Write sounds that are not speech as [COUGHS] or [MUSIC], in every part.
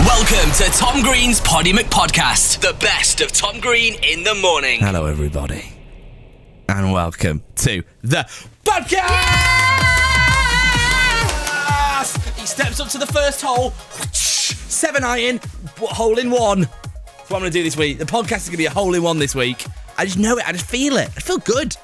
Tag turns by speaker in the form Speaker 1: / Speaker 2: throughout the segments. Speaker 1: Welcome to Tom Green's Poddy McPodcast, the best of Tom Green in the morning.
Speaker 2: Hello, everybody, and welcome to the podcast. He steps up to the first hole, seven iron, hole in one. That's what I'm going to do this week. The podcast is going to be a hole in one this week. I just know it. I just feel it. I feel good.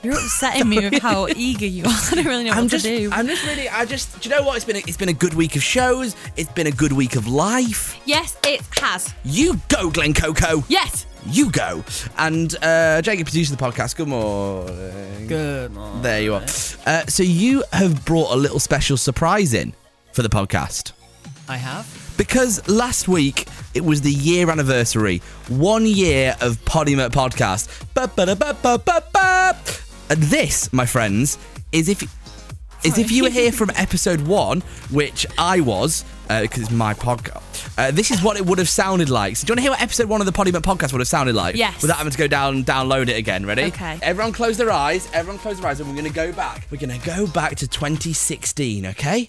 Speaker 3: You're upsetting me
Speaker 2: [LAUGHS]
Speaker 3: with how eager you are. [LAUGHS] I don't really know
Speaker 2: I'm
Speaker 3: what
Speaker 2: just,
Speaker 3: to do.
Speaker 2: I'm just really, I just, do you know what? It's been, a, it's been a good week of shows. It's been a good week of life.
Speaker 3: yes, it has.
Speaker 2: You go, Glen Coco.
Speaker 3: Yes.
Speaker 2: You go. And uh, Jacob, producer of the podcast, good morning.
Speaker 4: Good morning.
Speaker 2: There you are. Uh, so you have brought a little special surprise in for the podcast
Speaker 4: I have.
Speaker 2: because last week it was the year anniversary, one year of Podimut podcast. Ba-ba-da-ba-ba-ba-ba. And this, my friends, is if is if you were here from episode one, which I was, because it's my podcast. Uh, this is what it would have sounded like. So, do you want to hear what episode one of the Podimut podcast would have sounded like?
Speaker 3: Yes.
Speaker 2: Without having to go down and download it again. Ready?
Speaker 3: Okay.
Speaker 2: Everyone close their eyes. Everyone close their eyes. And we're going to go back. We're going to go back to 2016, okay?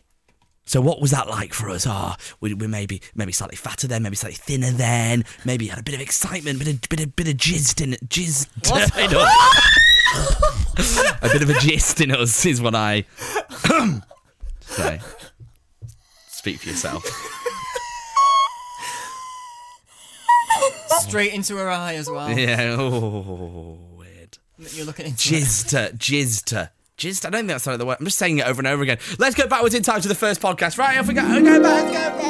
Speaker 2: So what was that like for us? Ah, we, we maybe maybe slightly fatter then, maybe slightly thinner then, maybe had a bit of excitement, bit of bit of bit of jizzed in jizzed [LAUGHS] in us. a bit of a gist in us is what I [COUGHS] say. Speak for yourself. [LAUGHS]
Speaker 4: Straight into her eye as well.
Speaker 2: Yeah. Oh, weird.
Speaker 4: You're looking into it.
Speaker 2: Jizzed, jizzed, jizzed. I don't think that's not the word. I'm just saying it over and over again. Let's go backwards in time to the first podcast. Right, off we go. Okay, back. Let's go back.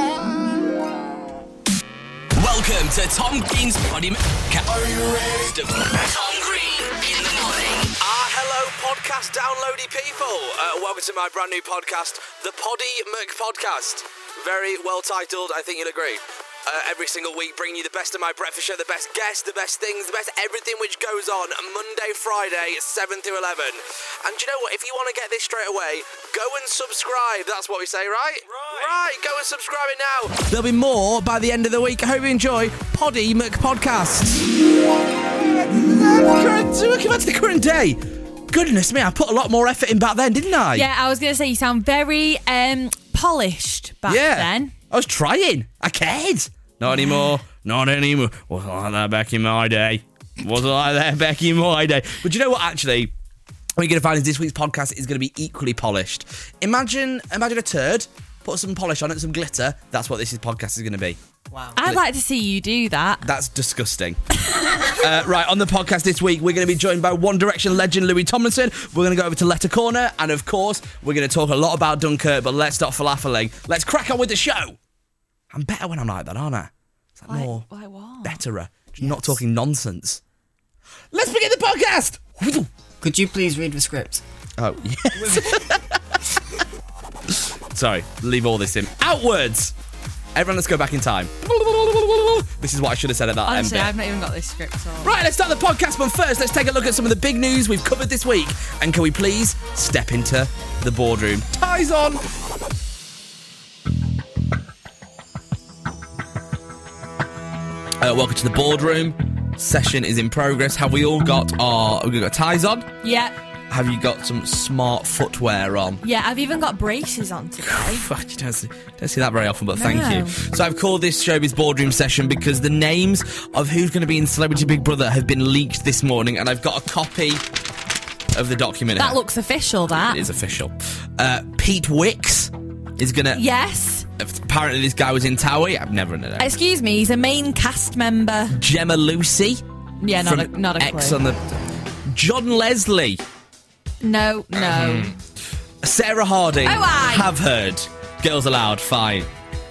Speaker 1: Welcome to Tom Green's Poddy McPodcast. Are you ready? Tom Green in the morning.
Speaker 2: Ah, hello, podcast downloady people. Uh, welcome to my brand new podcast, the Poddy Muck Podcast. Very well titled, I think you'll agree. Uh, every single week, bringing you the best of my breakfast show, the best guests, the best things, the best everything which goes on Monday, Friday, 7 to 11. And do you know what? If you want to get this straight away, go and subscribe. That's what we say, right? Right. Right, go and subscribe it now. There'll be more by the end of the week. I hope you enjoy Poddy Muck Podcast current, so looking back to the current day, goodness me, I put a lot more effort in back then, didn't I?
Speaker 3: Yeah, I was going to say you sound very um, polished back
Speaker 2: Yeah.
Speaker 3: then.
Speaker 2: I was trying. I cared. Not anymore. Not anymore. Wasn't like that back in my day. Wasn't like that back in my day. But you know what? Actually, what you're going to find is this week's podcast is going to be equally polished. Imagine, imagine a turd. Put some polish on it, some glitter. That's what this podcast is going to be.
Speaker 4: Wow.
Speaker 3: I'd like to see you do that.
Speaker 2: That's disgusting. [LAUGHS] uh, right, on the podcast this week, we're going to be joined by One Direction legend Louis Tomlinson. We're going to go over to Letter Corner, and of course, we're going to talk a lot about Dunkirk, but let's start falafeling. Let's crack on with the show. I'm better when I'm like that, aren't I? It's like
Speaker 3: Like,
Speaker 2: more
Speaker 3: like what?
Speaker 2: betterer, just not talking nonsense. Let's begin the podcast!
Speaker 4: Could you please read the script?
Speaker 2: Oh, [LAUGHS] yes. Sorry, leave all this in. Outwards! Everyone, let's go back in time. [LAUGHS] This is what I should have said at that end
Speaker 3: Honestly,
Speaker 2: bit.
Speaker 3: I've not even got this script on.
Speaker 2: Right, let's start the podcast, but first, let's take a look at some of the big news we've covered this week. And can we please step into the boardroom? Ties on! Uh, welcome to the boardroom. Session is in progress. Have we all got our have we got ties on?
Speaker 3: Yeah.
Speaker 2: Have you got some smart footwear on?
Speaker 3: Yeah, I've even got braces on today.
Speaker 2: Oh, Fuck, you don't see, don't see that very often, but thank
Speaker 3: No.
Speaker 2: you. So I've called this Showbiz Boardroom Session because the names of who's going to be in Celebrity Big Brother have been leaked this morning, and I've got a copy of the document.
Speaker 3: That looks official, that.
Speaker 2: It is official. Uh, Pete Wicks is going to...
Speaker 3: Yes.
Speaker 2: Apparently this guy was in Towie. I've never known.
Speaker 3: Excuse me, he's a main cast member.
Speaker 2: Gemma Lucy
Speaker 3: Yeah, not
Speaker 2: from
Speaker 3: a, not a
Speaker 2: X
Speaker 3: clue.
Speaker 2: on the... John Leslie,
Speaker 3: No, no.
Speaker 2: Mm-hmm. Sarah Harding,
Speaker 3: Oh, aye.
Speaker 2: have heard. Girls Aloud, fine.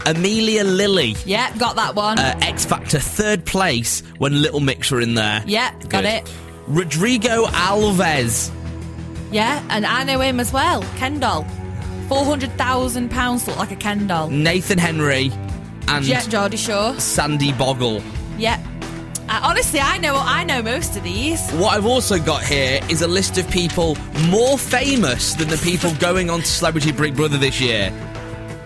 Speaker 2: Amelia Lilly.
Speaker 3: yeah, got that one.
Speaker 2: uh, X Factor third place when Little Mix were in there.
Speaker 3: yeah, got
Speaker 2: Good.
Speaker 3: it.
Speaker 2: Rodrigo Alves.
Speaker 3: Yeah, and I know him as well, Ken doll. Four hundred thousand pounds look like a Ken doll.
Speaker 2: Nathan Henry and
Speaker 3: Yeah, Geordie Shore.
Speaker 2: Sandy Boggle.
Speaker 3: Yeah. I, honestly, I know I know most of these.
Speaker 2: What I've also got here is a list of people more famous than the
Speaker 3: [LAUGHS]
Speaker 2: people going on to Celebrity Big Brother this year.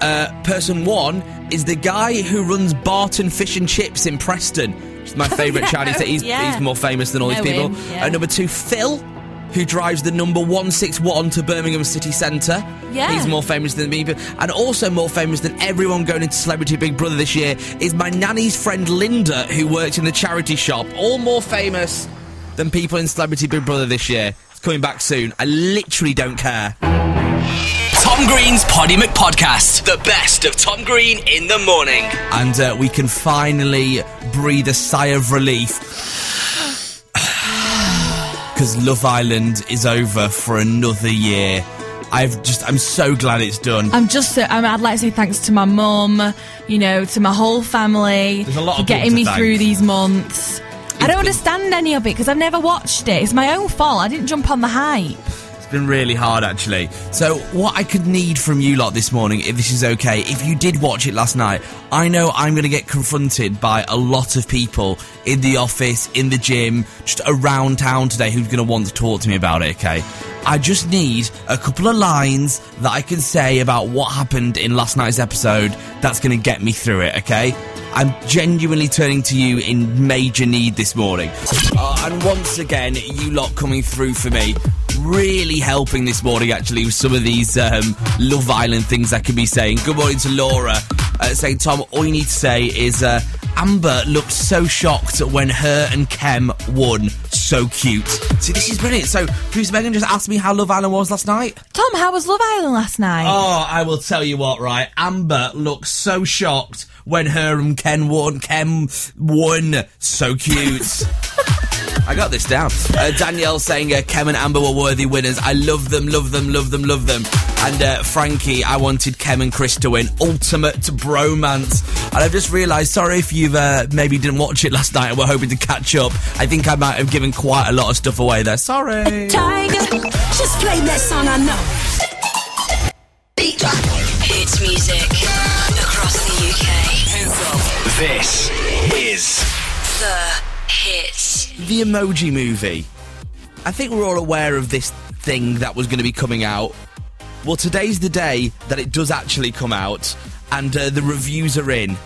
Speaker 2: Uh, person one is the guy who runs Barton Fish and Chips in
Speaker 3: [LAUGHS]
Speaker 2: Preston. Which is my favourite
Speaker 3: Oh, yeah.
Speaker 2: Chinese. He's,
Speaker 3: Yeah.
Speaker 2: he's more famous than all these
Speaker 3: Know
Speaker 2: people.
Speaker 3: him, yeah.
Speaker 2: Uh, number two, Phil who drives the number 161 to Birmingham city centre.
Speaker 3: Yeah.
Speaker 2: He's more famous than me, but- and also more famous than everyone going into Celebrity Big Brother this year is my nanny's friend Linda, who works in the charity shop. All more famous than people in Celebrity Big Brother this year. It's coming back soon. I literally don't care.
Speaker 5: Tom Green's Poddy McPodcast. The best of Tom Green in the morning.
Speaker 2: and uh, we can finally breathe a sigh of relief [SIGHS] because Love Island is over for another year. I've just, I'm so glad it's done.
Speaker 3: I'm just. So, um, I'd like to say thanks to my mum. You know, to my whole family
Speaker 2: There's a lot
Speaker 3: for
Speaker 2: of people
Speaker 3: getting
Speaker 2: to
Speaker 3: me
Speaker 2: thank.
Speaker 3: through these months. I don't understand any of it because I've never watched it. It's my own fault. I didn't jump on the hype.
Speaker 2: It's been really hard actually. So, what I could need from you lot this morning, if this is okay, if you did watch it last night, I know I'm going to get confronted by a lot of people in the office, in the gym, just around town today who's going to want to talk to me about it, okay? I just need a couple of lines that I can say about what happened in last night's episode that's going to get me through it, okay? I'm genuinely turning to you in major need this morning. Uh, and once again, you lot coming through for me. Really helping this morning, actually, with some of these um, Love Island things I could be saying. Good morning to Laura. Uh, saying, Tom, all you need to say is uh, Amber looked so shocked when her and Kem won. So cute. See, this is brilliant. So, producer Megan just asked me how Love Island was last night.
Speaker 3: Tom, how was Love Island last night?
Speaker 2: Oh, I will tell you what, right? Amber looks so shocked when her and Ken won. Ken won. So cute. [LAUGHS] I got this down. Uh, Danielle saying uh, Kem and Amber were worthy winners. I love them, love them, love them, love them. And uh, Frankie, I wanted Kem and Chris to win. Ultimate bromance. And I've just realised, sorry if you've uh, maybe didn't watch it last night and we're hoping to catch up. I think I might have given quite a lot of stuff away there. Sorry.
Speaker 6: Tiger, just play that song I know. Beat drop.
Speaker 7: Hits music across the UK.
Speaker 5: This is
Speaker 7: The hits.
Speaker 2: the emoji movie. I think we're all aware of this thing that was going to be coming out. Well, today's the day that it does actually come out, and uh, the reviews are in,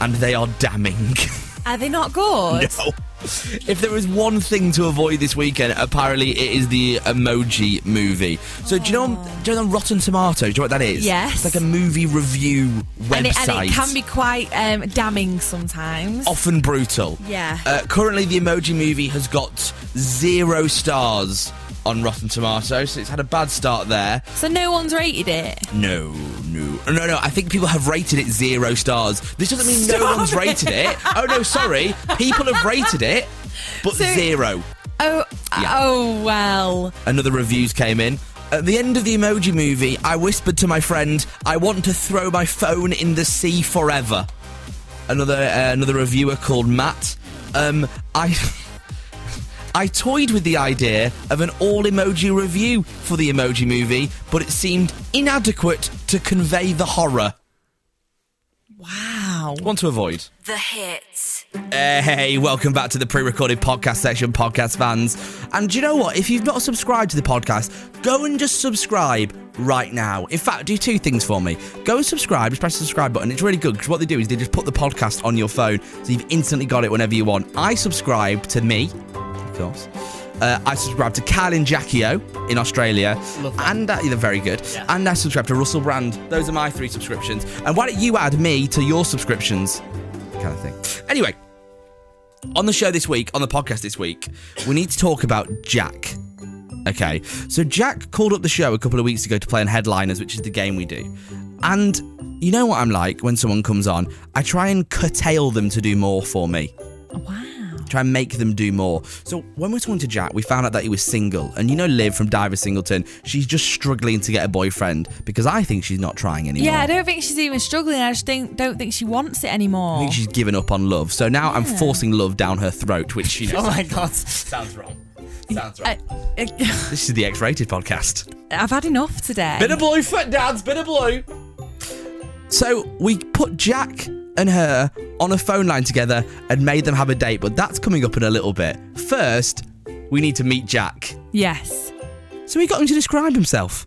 Speaker 2: and they are damning. [LAUGHS]
Speaker 3: Are they not good?
Speaker 2: No. If there is one thing to avoid this weekend, apparently it is the emoji movie. So do you know do you know Rotten Tomatoes? Do you know what that is?
Speaker 3: Yes.
Speaker 2: It's like a movie review website. Oh.
Speaker 3: And, it, and it can be quite um, damning sometimes.
Speaker 2: often brutal.
Speaker 3: Yeah.
Speaker 2: Uh, currently, the Emoji Movie has got zero stars on Rotten Tomatoes, so it's had a bad start there.
Speaker 3: So no one's rated it.
Speaker 2: No, no, no, no. I think people have rated it zero stars. This doesn't mean no
Speaker 3: Stop
Speaker 2: one's
Speaker 3: it.
Speaker 2: rated it. Oh no, sorry. People have rated it, but
Speaker 3: [LAUGHS] So-
Speaker 2: zero.
Speaker 3: Oh,
Speaker 2: Yeah.
Speaker 3: oh well.
Speaker 2: Another reviews came in. At the end of the Emoji Movie, I whispered to my friend, "I want to throw my phone in the sea forever." Another uh, another reviewer called Matt. Um, I. [LAUGHS] I toyed with the idea of an all emoji review for the emoji movie, but it seemed inadequate to convey the horror.
Speaker 3: Wow.
Speaker 2: Want to avoid?
Speaker 7: The hits.
Speaker 2: Hey, welcome back to the pre-recorded podcast section, podcast fans. And do you know what? If you've not subscribed to the podcast, go and just subscribe right now. In fact, do two things for me. Go and subscribe, just press the subscribe button. It's really good because what they do is they just put the podcast on your phone so you've instantly got it whenever you want. I subscribe to me, of course. Uh, I subscribe to Kyle and Jackio in Australia.
Speaker 4: Love them.
Speaker 2: And uh, they're very good. And I subscribe to Russell Brand. Those are my three subscriptions. And why don't you add me to your subscriptions? Kind of thing. Anyway, on the show this week, on the podcast this week, we need to talk about Jack. Okay, so Jack called up the show a couple of weeks ago to play on Headliners, which is the game we do. And you know what I'm like when someone comes on, I try and curtail them to do more for me
Speaker 3: Wow.
Speaker 2: try and make them do more. So when we were talking to Jack, we found out that he was single. And you know Liv from Diver Singleton, she's just struggling to get a boyfriend because I think she's not trying anymore.
Speaker 3: Yeah, I don't think she's even struggling. I just think, don't think she wants it
Speaker 2: I
Speaker 3: anymore.
Speaker 2: think she's given up on love. So now I'm forcing love down her throat, which you know
Speaker 3: [LAUGHS]
Speaker 4: Oh my god. [LAUGHS]
Speaker 2: sounds wrong. Sounds wrong.
Speaker 3: I, I, [LAUGHS]
Speaker 2: this is the X-rated podcast.
Speaker 3: I've had enough today.
Speaker 2: Bit of blue, foot dads, bit of blue. So we put Jack and her on a phone line together and made them have a date, but that's coming up in a little bit. First, we need to meet Jack.
Speaker 3: yes.
Speaker 2: So we got him to describe himself.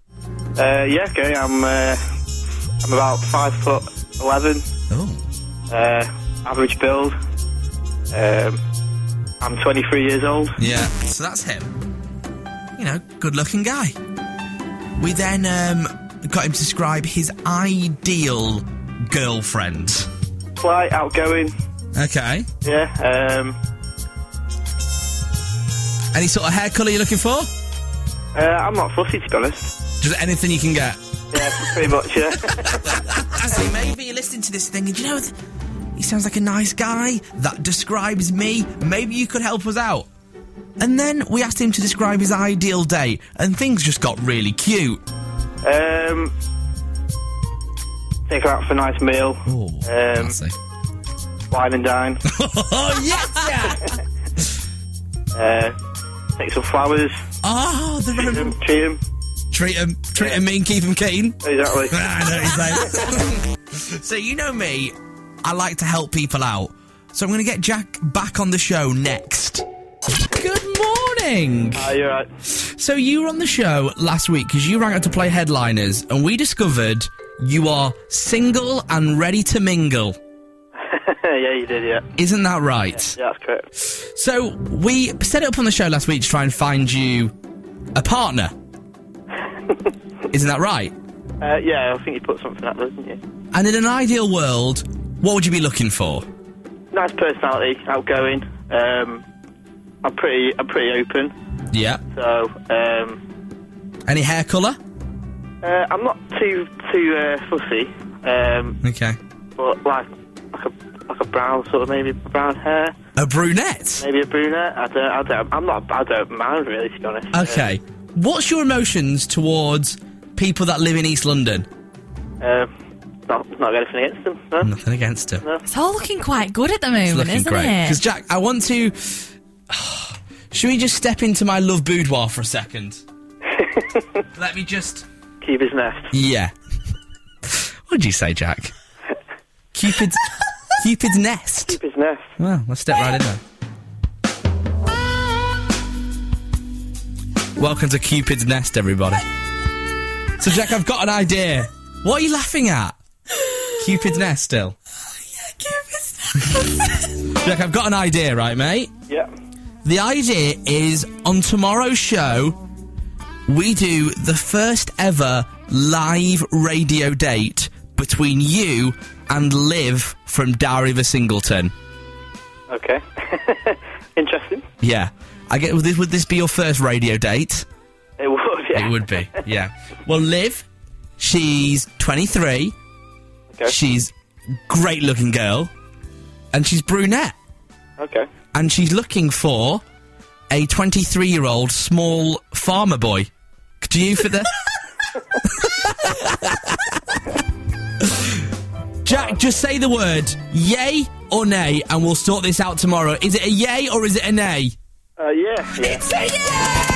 Speaker 8: Uh, yeah, okay. I'm uh, I'm about five foot eleven.
Speaker 2: Oh.
Speaker 8: Uh, average build. Um, I'm 23 years old.
Speaker 2: Yeah. So that's him. you know, good looking guy. We then um, got him to describe his ideal girlfriend.
Speaker 8: Polite, outgoing.
Speaker 2: Okay.
Speaker 8: Yeah. Um,
Speaker 2: Any sort of hair colour you're looking for?
Speaker 8: uh, I'm not fussy to be honest.
Speaker 2: Just anything you can get.
Speaker 8: Yeah, [LAUGHS] pretty much. Yeah.
Speaker 2: See, maybe you're listening to this thing and you know, he sounds like a nice guy. That describes me. Maybe you could help us out. And then we asked him to describe his ideal day, and things just got really cute.
Speaker 8: um, take her out for a nice meal.
Speaker 2: Oh,
Speaker 8: um,
Speaker 2: classy.
Speaker 8: wine and dine.
Speaker 2: oh yes! [LAUGHS] yeah!
Speaker 8: uh, take some flowers.
Speaker 2: Oh, the
Speaker 8: Treat
Speaker 2: rom- [LAUGHS]
Speaker 8: him. Treat
Speaker 2: treat
Speaker 8: him.
Speaker 2: him, treat him mean, keep him keen.
Speaker 8: Exactly.
Speaker 2: [LAUGHS] I know what he's saying. [LAUGHS] so you know me, I like to help people out. So I'm going to get Jack back on the show next. Good morning.
Speaker 8: Ah, you're right. [LAUGHS]
Speaker 2: So you were on the show last week because you rang up to play headliners, and we discovered you are single and ready to mingle.
Speaker 8: yeah, you did. Yeah.
Speaker 2: Isn't that right?
Speaker 8: Yeah, that's correct.
Speaker 2: So we set it up on the show last week to try and find you a partner. Isn't that right?
Speaker 8: Uh, yeah, I think you put something up, there, didn't you?
Speaker 2: And in an ideal world, what would you be looking for?
Speaker 8: Nice personality, outgoing. Um, I'm pretty. I'm pretty open.
Speaker 2: Yeah.
Speaker 8: So um,
Speaker 2: Any hair colour?
Speaker 8: uh, I'm not too too uh, fussy. Um,
Speaker 2: Okay.
Speaker 8: but like like a like a brown sort of maybe brown hair,
Speaker 2: A brunette?
Speaker 8: maybe a brunette. I don't. I don't. I'm not. I don't mind really, to be honest.
Speaker 2: Okay. What's your emotions towards people that live in East London?
Speaker 8: Um, not not got anything against them. No.
Speaker 2: Nothing against them.
Speaker 3: It's all looking quite good at the moment,
Speaker 2: looking
Speaker 3: isn't
Speaker 2: great. Because
Speaker 3: it?
Speaker 2: Jack, I want to. [SIGHS] Should we just step into my love boudoir for a second? Let me just.
Speaker 8: Keep his nest.
Speaker 2: Yeah. [LAUGHS] what did you say, Jack? [LAUGHS] Cupid's Cupid's nest.
Speaker 8: Keep his nest.
Speaker 2: Well, let's step right in there. Welcome to Cupid's Nest, everybody. So, Jack, I've got an idea. What are you laughing at? Cupid's Nest still. Jack, I've got an idea, right, mate?
Speaker 8: Yeah.
Speaker 2: The idea is on tomorrow's show, we do the first ever live radio date between you and Liv from Dowriver Singleton.
Speaker 8: Okay. [LAUGHS] Interesting.
Speaker 2: Yeah. I get would this, would this be your first radio date?
Speaker 8: It would. [LAUGHS] Yeah.
Speaker 2: It would be. Yeah. Well, Liv, she's 23.
Speaker 8: Okay.
Speaker 2: She's great looking girl and she's brunette.
Speaker 8: Okay.
Speaker 2: and she's looking for a 23 year old small farmer boy. Do you for the. [LAUGHS] Jack, just say the word yay or nay, and we'll sort this out tomorrow. Is it a yay or is it a nay?
Speaker 8: Uh, yeah. Yeah.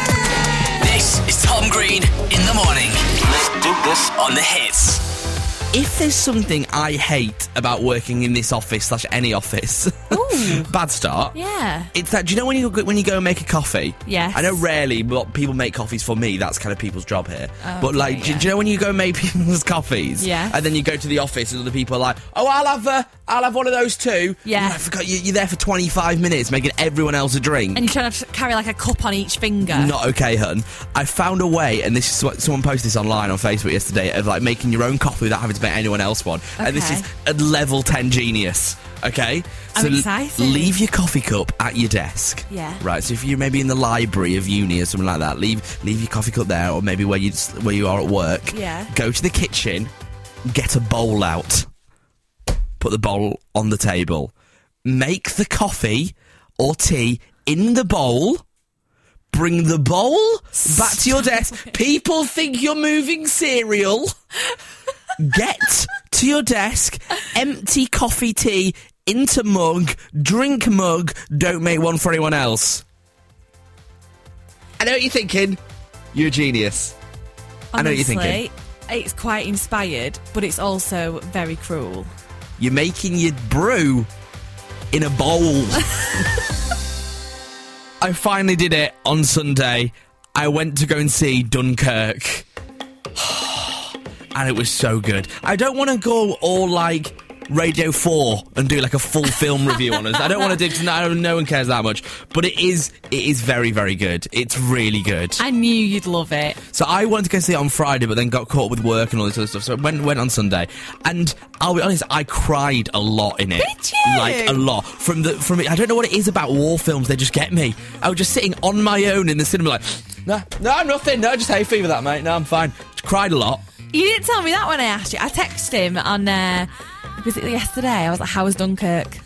Speaker 9: This is Tom Green in the morning. Let's do this on the hits.
Speaker 2: If there's something I hate about working in this office slash any office, [LAUGHS] bad start.
Speaker 3: Yeah.
Speaker 2: It's that. Do you know when you go, when you go and make a coffee?
Speaker 3: Yes.
Speaker 2: I know rarely, but people make coffees for me. That's kind of people's job here. but
Speaker 3: Oh, okay,
Speaker 2: like, do,
Speaker 3: yeah.
Speaker 2: do you know when you go and make [LAUGHS] people's coffees?
Speaker 3: Yeah.
Speaker 2: And then you go to the office and other people are like, "Oh, I'll have a, I'll have one of those too."
Speaker 3: Yeah.
Speaker 2: I forgot you, you're there for 25 minutes making everyone else a drink.
Speaker 3: And you're trying to carry like a cup on each finger.
Speaker 2: Not okay, hun. I found a way, and this is what someone posted this online on Facebook yesterday of like making your own coffee without having to make anyone else one. And this
Speaker 3: Okay.
Speaker 2: is a level 10 genius. Okay?
Speaker 3: I'm
Speaker 2: l-
Speaker 3: excited.
Speaker 2: leave your coffee cup at your desk.
Speaker 3: Yeah.
Speaker 2: Right, so if you're maybe in the library of uni or something like that, leave leave your coffee cup there or maybe where you where you are at work.
Speaker 3: Yeah.
Speaker 2: Go to the kitchen, get a bowl out put the bowl on the table. Make the coffee or tea in the bowl. Bring the bowl back to your desk. People think you're moving cereal. Get to your desk, empty coffee tea into mug, drink mug, don't make one for anyone else. I know what you're thinking. You're a genius. I know what you're thinking.
Speaker 3: Honestly, It's quite inspired, but it's also very cruel.
Speaker 2: You're making your brew in a bowl. I finally did it on Sunday. I went to go and see [SIGHS] Dunkirk. and it was so good. I don't want to go all like Radio 4 and do like a full film review on us. I don't want to dig to that. No one cares that much. But it is it is very, very good. It's really good.
Speaker 3: I knew you'd love it.
Speaker 2: So I wanted to go see it on Friday, but then got caught up with work and all this other stuff. So it went went on Sunday, and I'll be honest, I cried a lot in it.
Speaker 3: Did you?
Speaker 2: Like a lot from the from it. I don't know what it is about war films. They just get me. I was just sitting on my own in the cinema, like, no, no, I'm nothing. No, just hay fever, that mate. No, I'm fine. Just cried a lot.
Speaker 3: You didn't tell me that when I asked you. I texted him on uh, was it yesterday. I was like, "How was Dunkirk?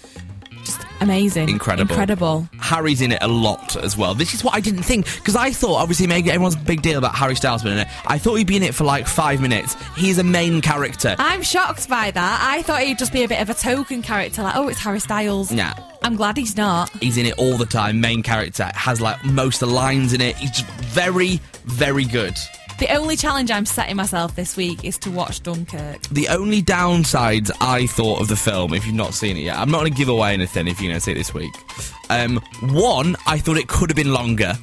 Speaker 3: Just amazing,
Speaker 2: Incredible.
Speaker 3: incredible."
Speaker 2: Harry's in it a lot as well. This is what I didn't think because I thought obviously maybe everyone's a big deal about Harry Styles being in it. I thought he'd be in it for like five minutes. He's a main character.
Speaker 3: I'm shocked by that. I thought he'd just be a bit of a token character, like, "Oh, it's Harry Styles."
Speaker 2: Nah.
Speaker 3: I'm glad he's not.
Speaker 2: He's in it all the time. Main character has like most of the lines in it. He's just very, very good.
Speaker 3: The only challenge I'm setting myself this week is to watch Dunkirk.
Speaker 2: The only downsides I thought of the film, if you've not seen it yet, I'm not going to give away anything if you don't see it this week. Um, one, I thought it could have been longer.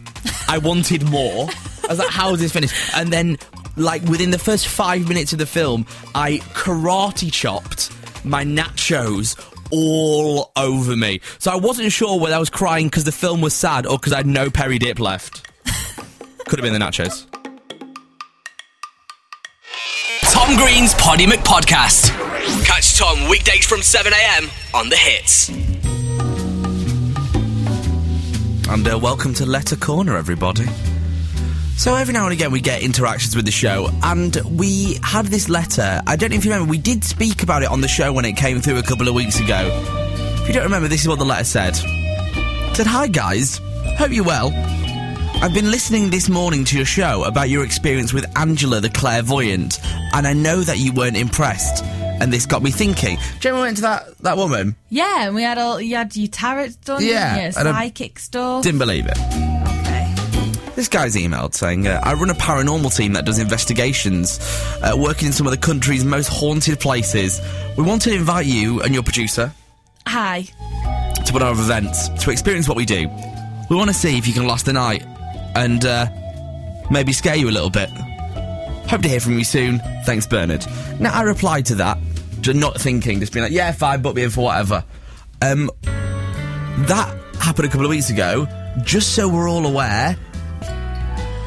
Speaker 2: I wanted more. I was like, how is this finished? And then, like, within the first five minutes of the film, I karate chopped my nachos all over me. So I wasn't sure whether I was crying because the film was sad or because I had no Perry Dip left. could have been the nachos.
Speaker 9: Tom Green's Poddy McPodcast. Catch Tom weekdays from 7am on the hits.
Speaker 2: And uh, welcome to Letter Corner, everybody. So every now and again we get interactions with the show, and we had this letter. I don't know if you remember, we did speak about it on the show when it came through a couple of weeks ago. If you don't remember, this is what the letter said. It said, Hi guys, hope you're well. I've been listening this morning to your show about your experience with Angela the clairvoyant, and I know that you weren't impressed. And this got me thinking. Do you remember we went to that, that woman?
Speaker 3: Yeah, and we had all you had your tarot done,
Speaker 2: Yeah,
Speaker 3: yeah,
Speaker 2: and a-
Speaker 3: psychic stuff.
Speaker 2: Didn't believe it.
Speaker 3: okay.
Speaker 2: This guy's emailed saying, uh, I run a paranormal team that does investigations, uh, working in some of the country's most haunted places. We want to invite you and your producer
Speaker 3: Hi.
Speaker 2: to one of our events to experience what we do. We want to see if you can last the night and uh, maybe scare you a little bit. Hope to hear from you soon. Thanks, Bernard. Now, I replied to that, ju- not thinking, just being like, yeah, fine, book me in for whatever. Um, that happened a couple of weeks ago. Just so we're all aware,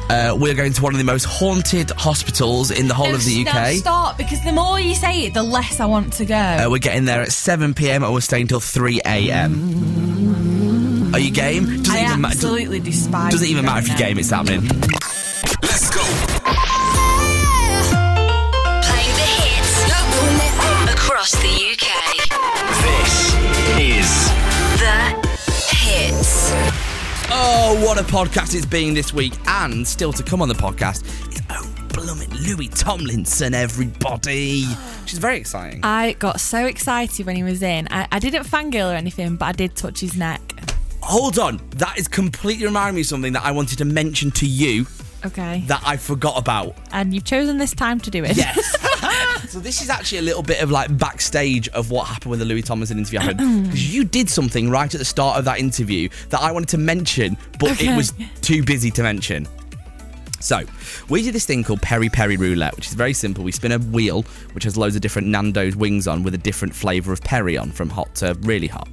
Speaker 2: uh, we're going to one of the most haunted hospitals in the whole
Speaker 3: No,
Speaker 2: of the
Speaker 3: s-
Speaker 2: UK.
Speaker 3: No, stop, because the more you say it, the less I want to go.
Speaker 2: Uh, we're getting there at 7 p.m. and we're staying till 3 a.m. Are you game? Doesn't
Speaker 3: I
Speaker 2: even ma- do-
Speaker 3: absolutely despise.
Speaker 2: doesn't even matter if you
Speaker 3: going
Speaker 2: game. It's happening.
Speaker 9: Let's go.
Speaker 7: Playing the hits across the UK.
Speaker 9: This is
Speaker 7: The hits.
Speaker 2: Oh, what a podcast it's been this week, and still to come on the podcast is oh blooming Louis Tomlinson, everybody, which is very exciting.
Speaker 3: I got so excited when he was in. I, I didn't fangirl or anything, but I did touch his neck.
Speaker 2: Hold on, that is completely reminding me of something that I wanted to mention to you
Speaker 3: Okay.
Speaker 2: that I forgot about.
Speaker 3: and you've chosen this time to do it.
Speaker 2: Yes. so this is actually a little bit of like backstage of what happened when the Louis Tomlinson interview
Speaker 3: Mm.
Speaker 2: happened. Because you did something right at the start of that interview that I wanted to mention, but it
Speaker 3: Okay.
Speaker 2: was too busy to mention. So, we do this thing called peri peri roulette, which is very simple. We spin a wheel which has loads of different Nando's wings on with a different flavour of peri on, from hot to really hot.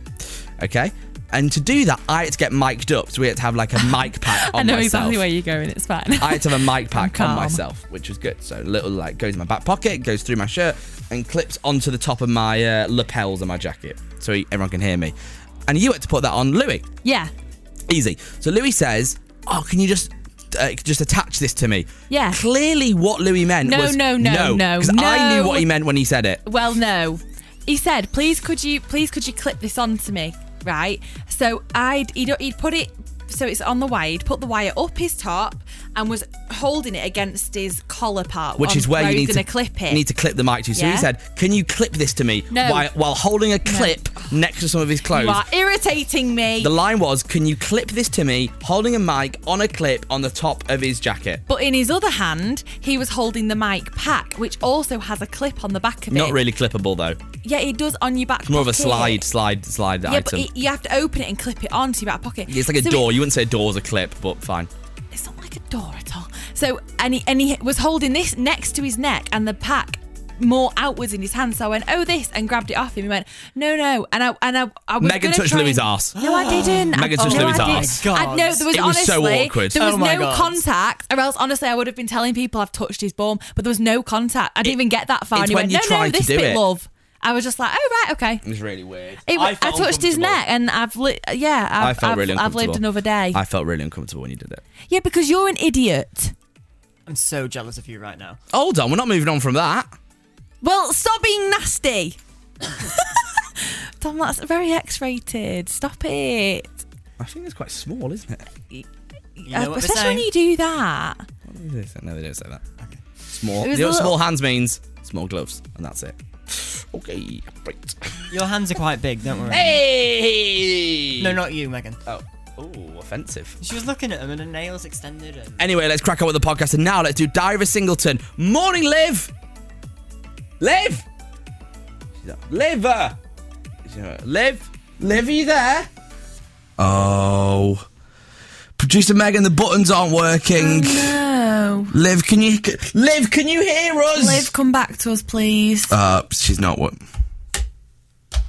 Speaker 2: Okay? And to do that, I had to get mic'd up. So, we had to have like a mic pack on
Speaker 3: [LAUGHS] [LAUGHS] I know
Speaker 2: myself.
Speaker 3: exactly where you're going. It's fine.
Speaker 2: I had to have a mic pack on
Speaker 3: calm.
Speaker 2: myself, which was good. So little like goes in my back pocket, goes through my shirt, and clips onto the top of my uh, lapels of my jacket, so he- everyone can hear me. And you had to put that on Louis.
Speaker 3: [LAUGHS] yeah.
Speaker 2: Easy. So Louis says, "Oh, can you just uh, just attach this to me?"
Speaker 3: Yeah.
Speaker 2: Clearly, what Louis meant
Speaker 3: No,
Speaker 2: was
Speaker 3: no, no, no,
Speaker 2: because I knew
Speaker 3: no.
Speaker 2: what he meant when he said it.
Speaker 3: Well, no. He said, "Please, could you please could you clip this onto me?" Right. So I'd he'd, he'd put it so it's on the wire. He'd put the wire up his top and was holding it against his collar part,
Speaker 2: Which
Speaker 3: on
Speaker 2: is where you
Speaker 3: he's
Speaker 2: need to
Speaker 3: gonna clip it.
Speaker 2: Need to clip the mic to. So he
Speaker 3: Yeah.
Speaker 2: said, "Can you clip this to me?"
Speaker 3: No.
Speaker 2: While, while holding a clip next to some of his clothes.
Speaker 3: you are irritating me.
Speaker 2: The line was, "Can you clip this to me?" Holding a mic on a clip on the top of his jacket.
Speaker 3: But in his other hand, he was holding the mic pack, which also has a clip on the back of it.
Speaker 2: Not really clippable though.
Speaker 3: Yeah, it does on your back.
Speaker 2: More of a
Speaker 3: pocket.
Speaker 2: slide, slide, slide
Speaker 3: Yeah,
Speaker 2: item.
Speaker 3: but it, you have to open it and clip it onto your back pocket.
Speaker 2: it's like a
Speaker 3: So it-
Speaker 2: door. you wouldn't say a door's a clip, but fine.
Speaker 3: it's not like a door at all. So, and he and he was holding this next to his neck, and the pack more outwards in his hand. So I went, oh, this, and grabbed it off him. He went, no, no. And I and I, I was
Speaker 2: Megan
Speaker 3: gonna
Speaker 2: touched
Speaker 3: try
Speaker 2: Louis'
Speaker 3: and-
Speaker 2: ass.
Speaker 3: No, I
Speaker 2: [GASPS]
Speaker 3: didn't.
Speaker 2: Megan
Speaker 3: I-
Speaker 2: touched
Speaker 3: no,
Speaker 2: Louis'
Speaker 3: I didn't.
Speaker 2: ass.
Speaker 4: God.
Speaker 3: I, no, there was
Speaker 2: It was
Speaker 3: honestly
Speaker 2: so awkward.
Speaker 3: there was
Speaker 4: Oh my
Speaker 3: no
Speaker 4: God.
Speaker 3: contact, or else honestly I would have been telling people I've touched his bum, but there was no contact. I didn't even get that far.
Speaker 2: it's
Speaker 3: and he
Speaker 2: when
Speaker 3: went,
Speaker 2: you
Speaker 3: no,
Speaker 2: try to
Speaker 3: no, this
Speaker 2: do
Speaker 3: bit,
Speaker 2: it."
Speaker 3: love. I was just like, oh right, okay.
Speaker 2: It was really weird.
Speaker 3: It, I, touched his neck, and I've li- yeah, I've,
Speaker 2: I felt
Speaker 3: I've,
Speaker 2: really
Speaker 3: I've
Speaker 2: uncomfortable.
Speaker 3: lived another day.
Speaker 2: I felt really uncomfortable when you did it.
Speaker 3: yeah, because you're an idiot.
Speaker 4: I'm so jealous of you right now.
Speaker 2: Hold on, we're not moving on from that.
Speaker 3: Well, stop being nasty. [LAUGHS] Tom, that's very X-rated. Stop it.
Speaker 2: I think it's quite small, isn't it?
Speaker 4: You know
Speaker 3: Uh,
Speaker 4: what we're
Speaker 3: especially when
Speaker 4: saying?
Speaker 3: you do that.
Speaker 2: No, they don't say that. Okay. Small.
Speaker 3: It
Speaker 2: You
Speaker 3: was
Speaker 2: know what
Speaker 3: a little-
Speaker 2: small hands means? Small gloves, and that's it. Okay. Right.
Speaker 4: Your hands are quite big, don't worry.
Speaker 2: Hey.
Speaker 4: No, not you, Megan.
Speaker 2: Oh. Ooh, offensive.
Speaker 4: She was looking at him and her nails extended and
Speaker 2: Anyway, let's crack on with the podcast, and now let's do Diver Singleton. Morning, Liv. Liv. She's up. Liv. uh, she's up. Liv. Liv, are you there? Oh. Producer Megan, the buttons aren't working.
Speaker 3: No.
Speaker 2: Liv, can you? Um, Liv, can you hear us?
Speaker 3: Liv, come back to us, please.
Speaker 2: Uh, she's not what.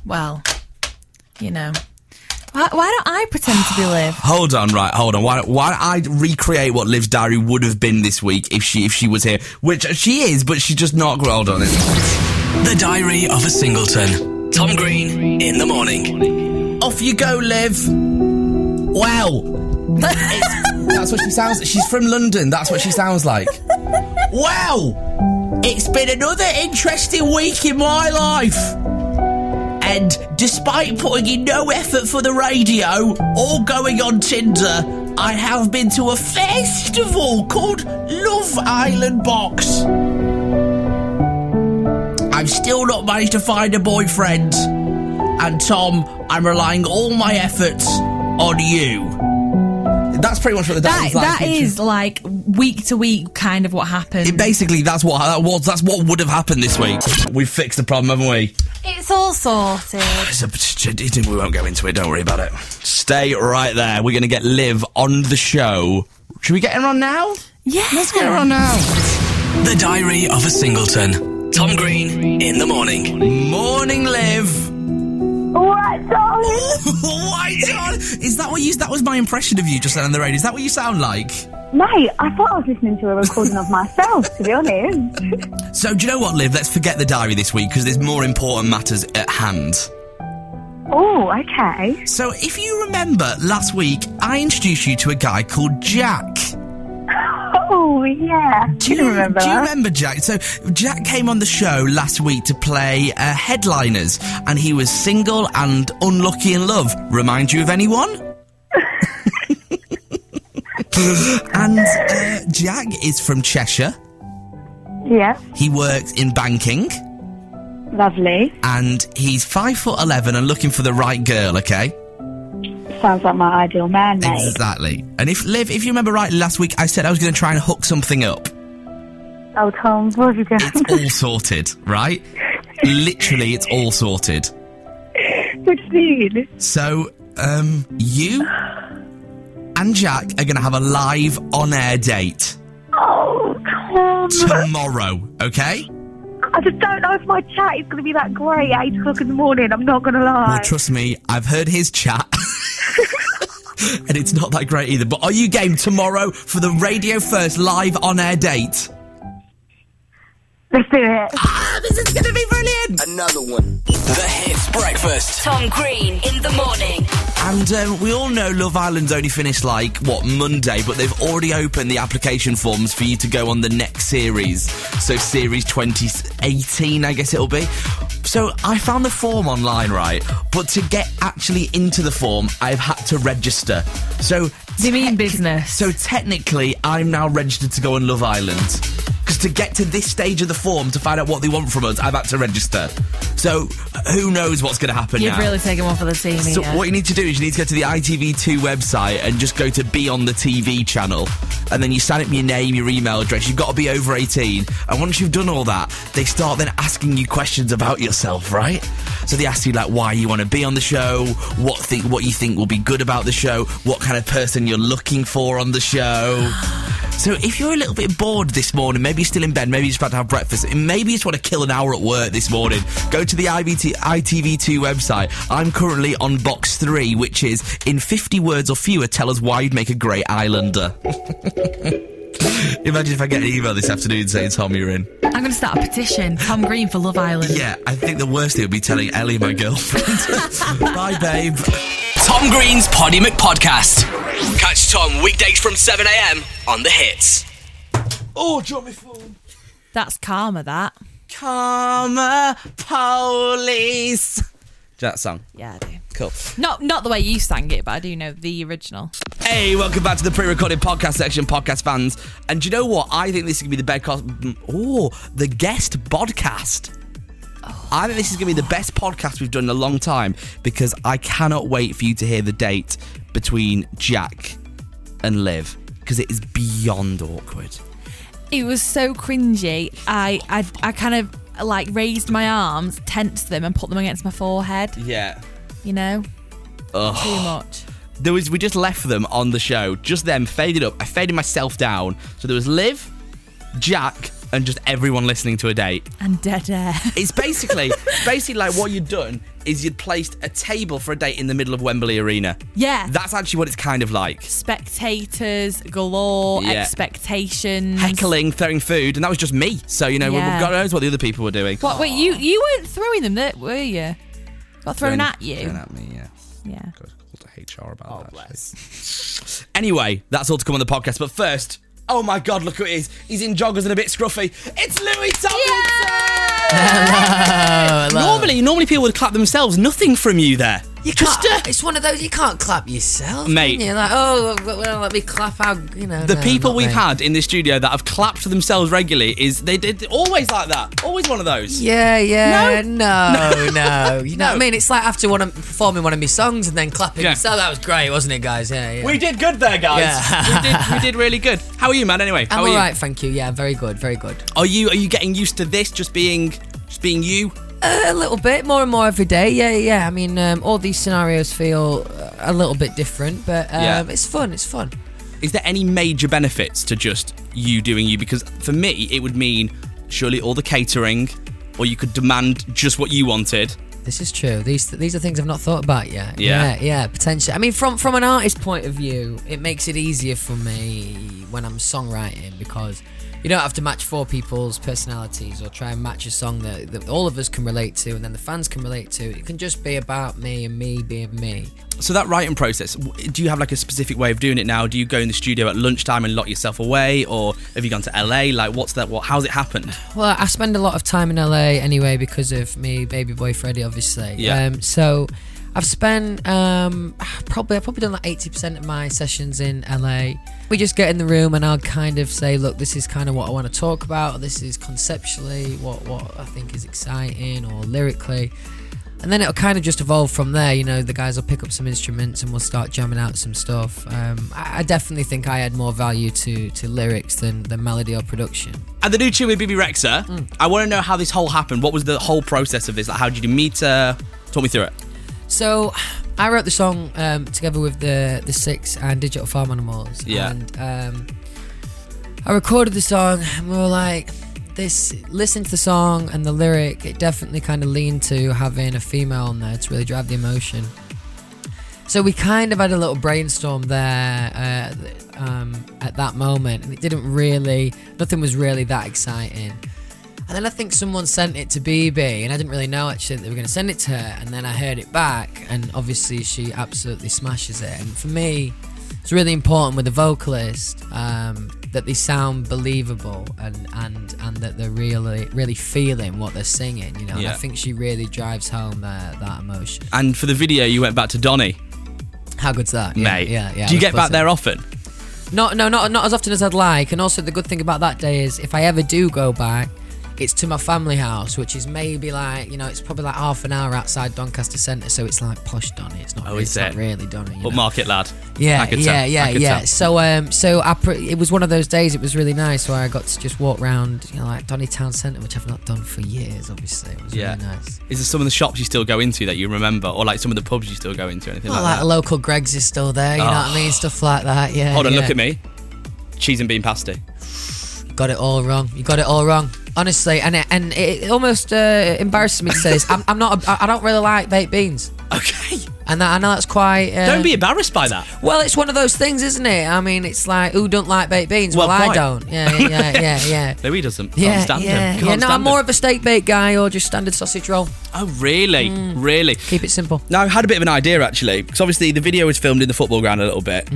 Speaker 3: Well, you know. Why, why don't I pretend to be Liv?
Speaker 2: Hold on, right? Hold on. Why? Why don't I recreate what Liv's diary would have been this week if she if she was here? Which she is, but she's just not. Hold on.
Speaker 9: The Diary of a Singleton. Tom Green in the morning.
Speaker 2: Off you go, Liv. Wow. [LAUGHS] It's- that's what she sounds. She's from London. That's what she sounds like. Wow. It's been another interesting week in my life. And despite putting in no effort for the radio or going on Tinder, I have been to a festival called Love Island Box. I've still not managed to find a boyfriend. And Tom, I'm relying all my efforts on you. That's pretty much what the
Speaker 3: [SIGHS] That, that is like week to week kind of what happens.
Speaker 2: It basically that's what that was that's what would have happened this week. We've fixed the problem, haven't we?
Speaker 10: It's all sorted.
Speaker 2: It's a- we won't go into it. Don't worry about it. Stay right there. We're going to get Liv on the show. Should we get her on now?
Speaker 3: yeah. Let's get
Speaker 2: on now.
Speaker 9: The Diary of a Singleton. Tom Green in the morning.
Speaker 2: Morning, Liv.
Speaker 10: What,
Speaker 2: [LAUGHS]
Speaker 10: darling?
Speaker 2: Why, John? Is that what you? That was my impression of you just then on the radio. Is that what you sound like?
Speaker 10: Mate, I thought I was listening to a recording of myself, to be honest.
Speaker 2: So, do you know what, Liv? Let's forget the diary this week because there's more important matters at hand.
Speaker 10: Oh, okay.
Speaker 2: So, if you remember last week, I introduced you to a guy called Jack.
Speaker 10: Oh, yeah. Do you remember
Speaker 2: Do you
Speaker 10: that?
Speaker 2: remember Jack? So, Jack came on the show last week to play uh, Headliners, and he was single and unlucky in love. Remind you of
Speaker 10: [LAUGHS]
Speaker 2: anyone? and uh, Jack is from Cheshire.
Speaker 10: Yeah.
Speaker 2: He works in banking,
Speaker 10: Lovely.
Speaker 2: and he's five foot eleven and looking for the right girl. Okay.
Speaker 10: Sounds like my ideal man, mate.
Speaker 2: Exactly. And if Liv, if you remember right, last week I said I was going to try and hook something up.
Speaker 10: Oh, Tom, what have you done?
Speaker 2: It's all sorted, right? Literally, it's all sorted.
Speaker 10: [LAUGHS] what do you mean?
Speaker 2: So, um, you and Jack are going to have a live on-air date
Speaker 10: Oh, Tom.
Speaker 2: tomorrow. Okay?
Speaker 10: I just don't know if my chat is going to be that great at 8 o'clock in the morning. I'm not going to
Speaker 2: Well,
Speaker 10: lie.
Speaker 2: trust me, I've heard his chat. [LAUGHS] And it's not that great either. But are you game tomorrow for the Radio First live on air date?
Speaker 10: Let's do it.
Speaker 2: Ah, this is going to be brilliant!
Speaker 9: The Hits Breakfast.
Speaker 7: Tom Green in the morning.
Speaker 2: And um, we all know Love Island's only finished like, what, Monday, but they've already opened the application forms for you to go on the next series. So, series 2018, I guess it'll be. So, I found the form online, right? But to get actually into the form, I've had to register. So,
Speaker 3: Do you mean business?
Speaker 2: so technically, I'm now registered to go on Love Island. Because to get to this stage of the form to find out what they want from us, I've had to register. So, who knows what's going to happen
Speaker 3: You've
Speaker 2: now?
Speaker 3: really taken one for the team
Speaker 2: So
Speaker 3: here.
Speaker 2: what you need to do is you need to go to the ITV2 website and just go to be on the TV channel, and then you sign up your name, your email address. You've got to be over eighteen, and once you've done all that, they start then asking you questions about yourself, right? So they ask you like why you want to be on the show, what think what you think will be good about the show, what kind of person you're looking for on the show. So if you're a little bit bored this morning, maybe you're still in bed, maybe you're just about to have breakfast, maybe you just want to kill an hour at work this morning, go to the IBT, ITV2 website. I'm currently on box three, which is in 50 words or fewer, tell us why you'd make a great islander. [LAUGHS] Imagine if I get an email this afternoon saying, Tom, you're in.
Speaker 3: I'm going to start a petition. Tom Green for Love Island.
Speaker 2: Yeah, I think the worst thing would be telling Ellie, my girlfriend. [LAUGHS] Bye, babe.
Speaker 9: Tom Green's Poddy McPodcast. Catch Tom weekdays from 7am on The Hits.
Speaker 2: Oh, drop my phone.
Speaker 3: That's karma, that.
Speaker 2: Karma police. Do you know that song?
Speaker 3: Yeah, I do.
Speaker 2: Cool.
Speaker 3: Not, not the way you sang it, but I do know the original.
Speaker 2: Hey, welcome back to the pre-recorded podcast section, podcast fans. And do you know what? I think this is gonna be the best. Oh, the guest podcast. I think this is gonna be the best podcast we've done in a long time because I cannot wait for you to hear the date between Jack and Liv because it is beyond awkward.
Speaker 3: It was so cringy. I, I, I kind of like raised my arms, tensed them, and put them against my forehead.
Speaker 2: Yeah.
Speaker 3: You know, too much.
Speaker 2: There was we just left them on the show, just them faded up. I faded myself down. So there was Liv, Jack, and just everyone listening to a date.
Speaker 3: And dead air. [LAUGHS]
Speaker 2: It's basically it's basically like what you'd done is you'd placed a table for a date in the middle of Wembley Arena.
Speaker 3: Yeah.
Speaker 2: That's actually what it's kind of like.
Speaker 3: Spectators galore,
Speaker 2: Yeah.
Speaker 3: expectations.
Speaker 2: Heckling, throwing food, and that was just me. So you know, we-
Speaker 3: Yeah.
Speaker 2: we've got knows what the other people were doing.
Speaker 3: What? Wait,
Speaker 2: Ah.
Speaker 3: you you weren't throwing them, there, were you? Got thrown at you. Oh,
Speaker 2: Thrown at me, yes.
Speaker 3: Yeah.
Speaker 2: Good. Called to HR about that. actually.
Speaker 4: Bless.
Speaker 2: Anyway, that's all to come on the podcast. But first, oh my God, look who it is. He's in joggers and a bit scruffy. It's Louis Tomlinson! Normally, normally people would clap themselves. Nothing from you there.
Speaker 11: You
Speaker 2: Just,
Speaker 11: can't-
Speaker 2: uh,
Speaker 11: it's one of those you can't clap yourself,
Speaker 2: Mate.
Speaker 11: You're like, oh, well, well, let me clap out. You know,
Speaker 2: The
Speaker 11: no,
Speaker 2: people
Speaker 11: not
Speaker 2: we've
Speaker 11: me.
Speaker 2: had in this studio that have clapped themselves regularly is they did always like that. Always one of those.
Speaker 11: Yeah, yeah,
Speaker 2: No.
Speaker 11: no, no. You know what I mean? It's like after one of, performing one of my songs and then clapping.
Speaker 2: Yeah.
Speaker 11: So that was great, wasn't it, guys? Yeah, yeah.
Speaker 2: We did good there, guys.
Speaker 11: Yeah.
Speaker 2: we, did, we did really good. How are you, man? Anyway,
Speaker 11: I'm
Speaker 2: how are
Speaker 11: all
Speaker 2: you?
Speaker 11: right, thank you. Yeah, very good, very good.
Speaker 2: Are you are you getting used to this just being just being you?
Speaker 11: A little bit, more and more every day. Yeah, yeah. I mean, um, all these scenarios feel uh, a little bit different, but um,
Speaker 2: Yeah.
Speaker 11: it's fun. It's fun.
Speaker 2: Is there any major benefits to just you doing you? Because for me, it would mean surely all the catering, or you could demand just what you wanted.
Speaker 11: This is true. These these are things I've not thought about yet.
Speaker 2: Yeah.
Speaker 11: yeah, Potentially, I mean, from from an artist point of view, it makes it easier for me when I'm songwriting because you don't have to match four people's personalities or try and match a song that, that all of us can relate to and then the fans can relate to. It can just be about me and me being me.
Speaker 2: So that writing process, w- do you have like a specific way of doing it now? Do you go in the studio at lunchtime and lock yourself away, or have you gone to LA? Like, what's that? What? How's it happened?
Speaker 11: Well, I spend a lot of time in LA anyway because of me baby boy Freddie, obviously.
Speaker 2: Yeah.
Speaker 11: Um, so I've spent um, probably I've probably done like eighty percent of my sessions in LA. We just get in the room and I'll kind of say, look, this is kind of what I want to talk about. This is conceptually what what I think is exciting or lyrically. And then it'll kind of just evolve from there. You know, the guys will pick up some instruments and we'll start jamming out some stuff. Um, I, I definitely think I add more value to, to lyrics than, than melody or production.
Speaker 2: And the new tune with Bibi Rexa. I want to know how this whole happened. What was the whole process of this? Like, how did you meet her? Talk me through it.
Speaker 11: So, I wrote the song um, together with the the Six and Digital Farm Animals.
Speaker 2: Yeah.
Speaker 11: And um, I recorded the song, and we were like, this. Listen to the song and the lyric. It definitely kind of leaned to having a female on there to really drive the emotion. So we kind of had a little brainstorm there uh, th- um, at that moment, and it didn't really. Nothing was really that exciting. And then I think someone sent it to BB, and I didn't really know actually that they were going to send it to her. And then I heard it back, and obviously she absolutely smashes it. And for me, it's really important with a vocalist um, that they sound believable and, and and that they're really really feeling what they're singing. You know, and
Speaker 2: Yeah.
Speaker 11: I think she really drives home uh, that emotion.
Speaker 2: And for the video, you went back to Donny,
Speaker 11: How good's that, Yeah,
Speaker 2: mate.
Speaker 11: Yeah, yeah.
Speaker 2: Do you
Speaker 11: I was
Speaker 2: get back
Speaker 11: buzzing.
Speaker 2: there often?
Speaker 11: No, no, not not as often as I'd like. And also, the good thing about that day is, if I ever do go back, it's to my family house, which is maybe like you know, it's probably like half an hour outside Doncaster Centre. So it's like posh Donny. It's not.
Speaker 2: Oh,
Speaker 11: really,
Speaker 2: is
Speaker 11: it's not
Speaker 2: it?
Speaker 11: really Donny. you
Speaker 2: But
Speaker 11: know?
Speaker 2: market lad.
Speaker 11: Yeah,
Speaker 2: I could
Speaker 11: yeah,
Speaker 2: tell.
Speaker 11: yeah,
Speaker 2: I could
Speaker 11: yeah.
Speaker 2: tell.
Speaker 11: So, um, so I pr- it was one of those days. It was really nice where I got to just walk round, you know, like Donny Town Centre, which I've not done for years. Obviously, it was
Speaker 2: Yeah.
Speaker 11: really nice.
Speaker 2: Is there some of the shops you still go into that you remember, or like some of the pubs you still go into, anything
Speaker 11: Well,
Speaker 2: like
Speaker 11: like
Speaker 2: that? Ah.
Speaker 11: a local Greg's is still there. You know what I mean? Stuff like that. Yeah.
Speaker 2: Hold on,
Speaker 11: yeah.
Speaker 2: look at me. cheese and bean pasty.
Speaker 11: Got it all wrong. You got it all wrong. Honestly, and it, and it almost uh, embarrasses me to say this. I'm, I'm not. A, I am not I do not really like baked beans.
Speaker 2: Okay.
Speaker 11: And that, I know that's quite. Uh,
Speaker 2: Don't be embarrassed by that.
Speaker 11: Well, it's one of those things, isn't it? I mean, it's like who don't like baked beans? Well, I
Speaker 2: quite.
Speaker 11: don't. Yeah, yeah, [LAUGHS] yeah, yeah. yeah.
Speaker 2: Louis doesn't.
Speaker 11: Yeah,
Speaker 2: Can't stand
Speaker 11: yeah,
Speaker 2: him.
Speaker 11: yeah.
Speaker 2: Can't
Speaker 11: No,
Speaker 2: stand
Speaker 11: I'm more of a steak baked guy or just standard sausage roll.
Speaker 2: Oh, really?
Speaker 11: Hmm.
Speaker 2: Really? Keep
Speaker 11: it simple.
Speaker 2: Now, I had a bit of an idea actually, because obviously the video is filmed in the football ground a little bit.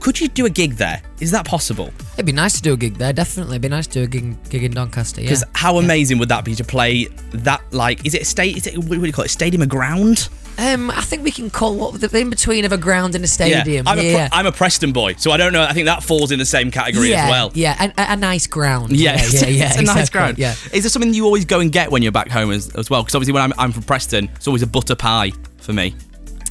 Speaker 2: Could you do a gig there? Is that possible?
Speaker 11: It'd be nice to do a gig there. Definitely, it'd be nice to do a gig, in- gig in Doncaster. Yeah.
Speaker 2: Because how amazing would that be to play that? Like, is it a state? Is it what do you call it? Stadium, a ground?
Speaker 11: Um, I think we can call what the in between of a ground and a stadium.
Speaker 2: Yeah. I'm, a
Speaker 11: yeah.
Speaker 2: Pre- I'm a Preston boy, so I don't know. I think that falls in the same category
Speaker 11: yeah,
Speaker 2: as well.
Speaker 11: yeah, a, a- a nice ground.
Speaker 2: Yeah, [LAUGHS] it's,
Speaker 11: yeah, yeah.
Speaker 2: it's a nice
Speaker 11: exactly,
Speaker 2: ground.
Speaker 11: Yeah.
Speaker 2: Is there something you always go and get when you're back home as, as well? Because obviously, when I'm, I'm from Preston, it's always a butter pie for me.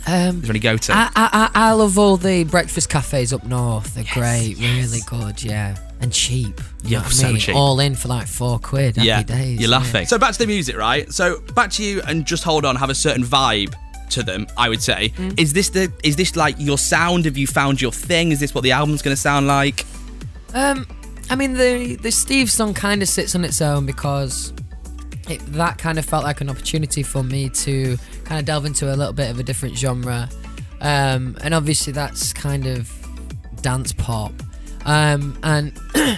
Speaker 11: Um,
Speaker 2: Is when you go to.
Speaker 11: I, I, I I love all the breakfast cafes up north. They're great, really good, yeah, and cheap. You
Speaker 2: Yeah,
Speaker 11: know what I
Speaker 2: so
Speaker 11: mean?
Speaker 2: cheap.
Speaker 11: All in for like four quid. Happy
Speaker 2: yeah,
Speaker 11: days.
Speaker 2: you're
Speaker 11: yeah.
Speaker 2: laughing. So back to the music, right? So back to you and just hold on. Have a certain vibe to them. I would say.
Speaker 11: Mm.
Speaker 2: Is this the? Is this like your sound? Have you found your thing? Is this what the album's going to sound like?
Speaker 11: Um, I mean, the the Steve song kind of sits on its own because it, that kind of felt like an opportunity for me to kind of delve into a little bit of a different genre, um, and obviously that's kind of dance pop, um, and. [CLEARS THROAT]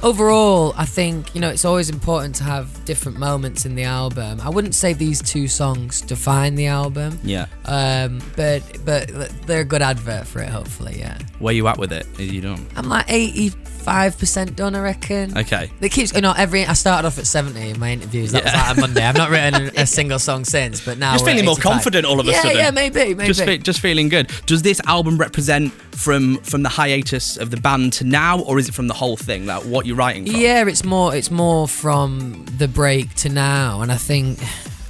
Speaker 11: Overall, I think you know it's always important to have different moments in the album. I wouldn't say these two songs define the album,
Speaker 2: Yeah.
Speaker 11: um, but but they're a good advert for it. Hopefully, yeah.
Speaker 2: Where you at with it? Are you done?
Speaker 11: I'm like 85% done, I reckon.
Speaker 2: Okay.
Speaker 11: It keeps, you know, every, I started off at 70 in my interviews. That
Speaker 2: Yeah.
Speaker 11: was like a Monday. I've
Speaker 2: [LAUGHS]
Speaker 11: not written a single song since, but now.
Speaker 2: just
Speaker 11: we're at
Speaker 2: feeling more
Speaker 11: 85.
Speaker 2: confident all of a
Speaker 11: yeah,
Speaker 2: sudden.
Speaker 11: Yeah, maybe, maybe.
Speaker 2: Just, fe- just feeling good. Does this album represent from from the hiatus of the band to now, or is it from the whole thing? Like what you're writing from?
Speaker 11: Yeah, it's more it's more from the break to now, and I think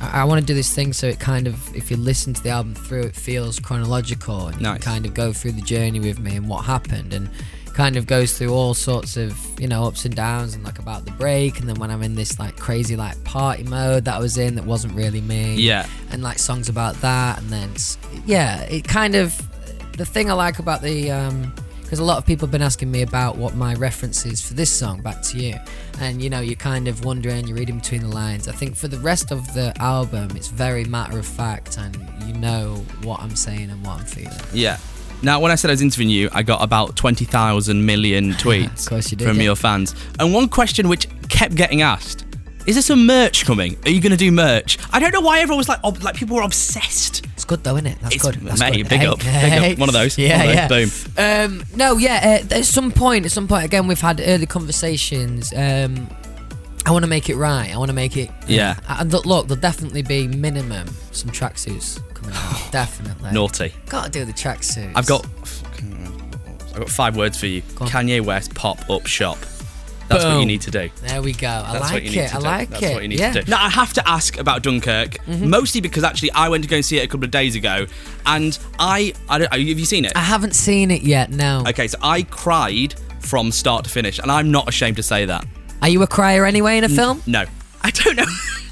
Speaker 11: I, I want to do this thing so it kind of if you listen to the album through, it feels chronological and you can
Speaker 2: Nice.
Speaker 11: kind of go through the journey with me and what happened and kind of goes through all sorts of you know ups and downs and like about the break and then when i'm in this like crazy like party mode that i was in that wasn't really me
Speaker 2: Yeah.
Speaker 11: and like songs about that and then s- yeah it kind of the thing i like about the um because a lot of people have been asking me about what my reference is for this song back to you and you know you're kind of wondering you're reading between the lines i think for the rest of the album it's very matter of fact and you know what i'm saying and what i'm feeling
Speaker 2: Yeah. Now, when I said I was interviewing you, I got about 20,000
Speaker 11: [LAUGHS]
Speaker 2: million tweets
Speaker 11: course you did,
Speaker 2: from
Speaker 11: yeah.
Speaker 2: your fans. And one question which kept getting asked is there some merch coming? Are you going to do merch? I don't know why everyone was like, ob- like people were obsessed.
Speaker 11: it's good though isn't it that's good that's
Speaker 2: Mate,
Speaker 11: good.
Speaker 2: big
Speaker 11: Hey,
Speaker 2: up.
Speaker 11: hey.
Speaker 2: Big
Speaker 11: [LAUGHS]
Speaker 2: up. One of those.
Speaker 11: yeah
Speaker 2: One of those.
Speaker 11: yeah
Speaker 2: Boom.
Speaker 11: Um, no, yeah. Uh, at some point, at some point, again, we've had early conversations. Um, I want to make it right. I want to make it.
Speaker 2: Yeah.
Speaker 11: And th- look, there'll definitely be minimum some tracksuits coming
Speaker 2: [SIGHS]
Speaker 11: out. definitely.
Speaker 2: Naughty.
Speaker 11: Gotta do the tracksuits.
Speaker 2: I've got I've got five words for you. Kanye West pop up shop. That's what you
Speaker 11: Boom.
Speaker 2: need to do.
Speaker 11: There we go. I
Speaker 2: That's
Speaker 11: like
Speaker 2: what you need
Speaker 11: it.
Speaker 2: to
Speaker 11: I
Speaker 2: do.
Speaker 11: like
Speaker 2: That's
Speaker 11: it.
Speaker 2: what you need
Speaker 11: yeah. Mm-hmm.
Speaker 2: to do. Now I have to ask about Dunkirk, mostly because actually I went to go and see it a couple of days ago, and I, I don't, have you seen it?
Speaker 11: I haven't seen it yet. No.
Speaker 2: Okay, so I cried from start to finish, and I'm not ashamed to say that.
Speaker 11: Are you a crier anyway in a film?
Speaker 2: No, [LAUGHS] I don't know.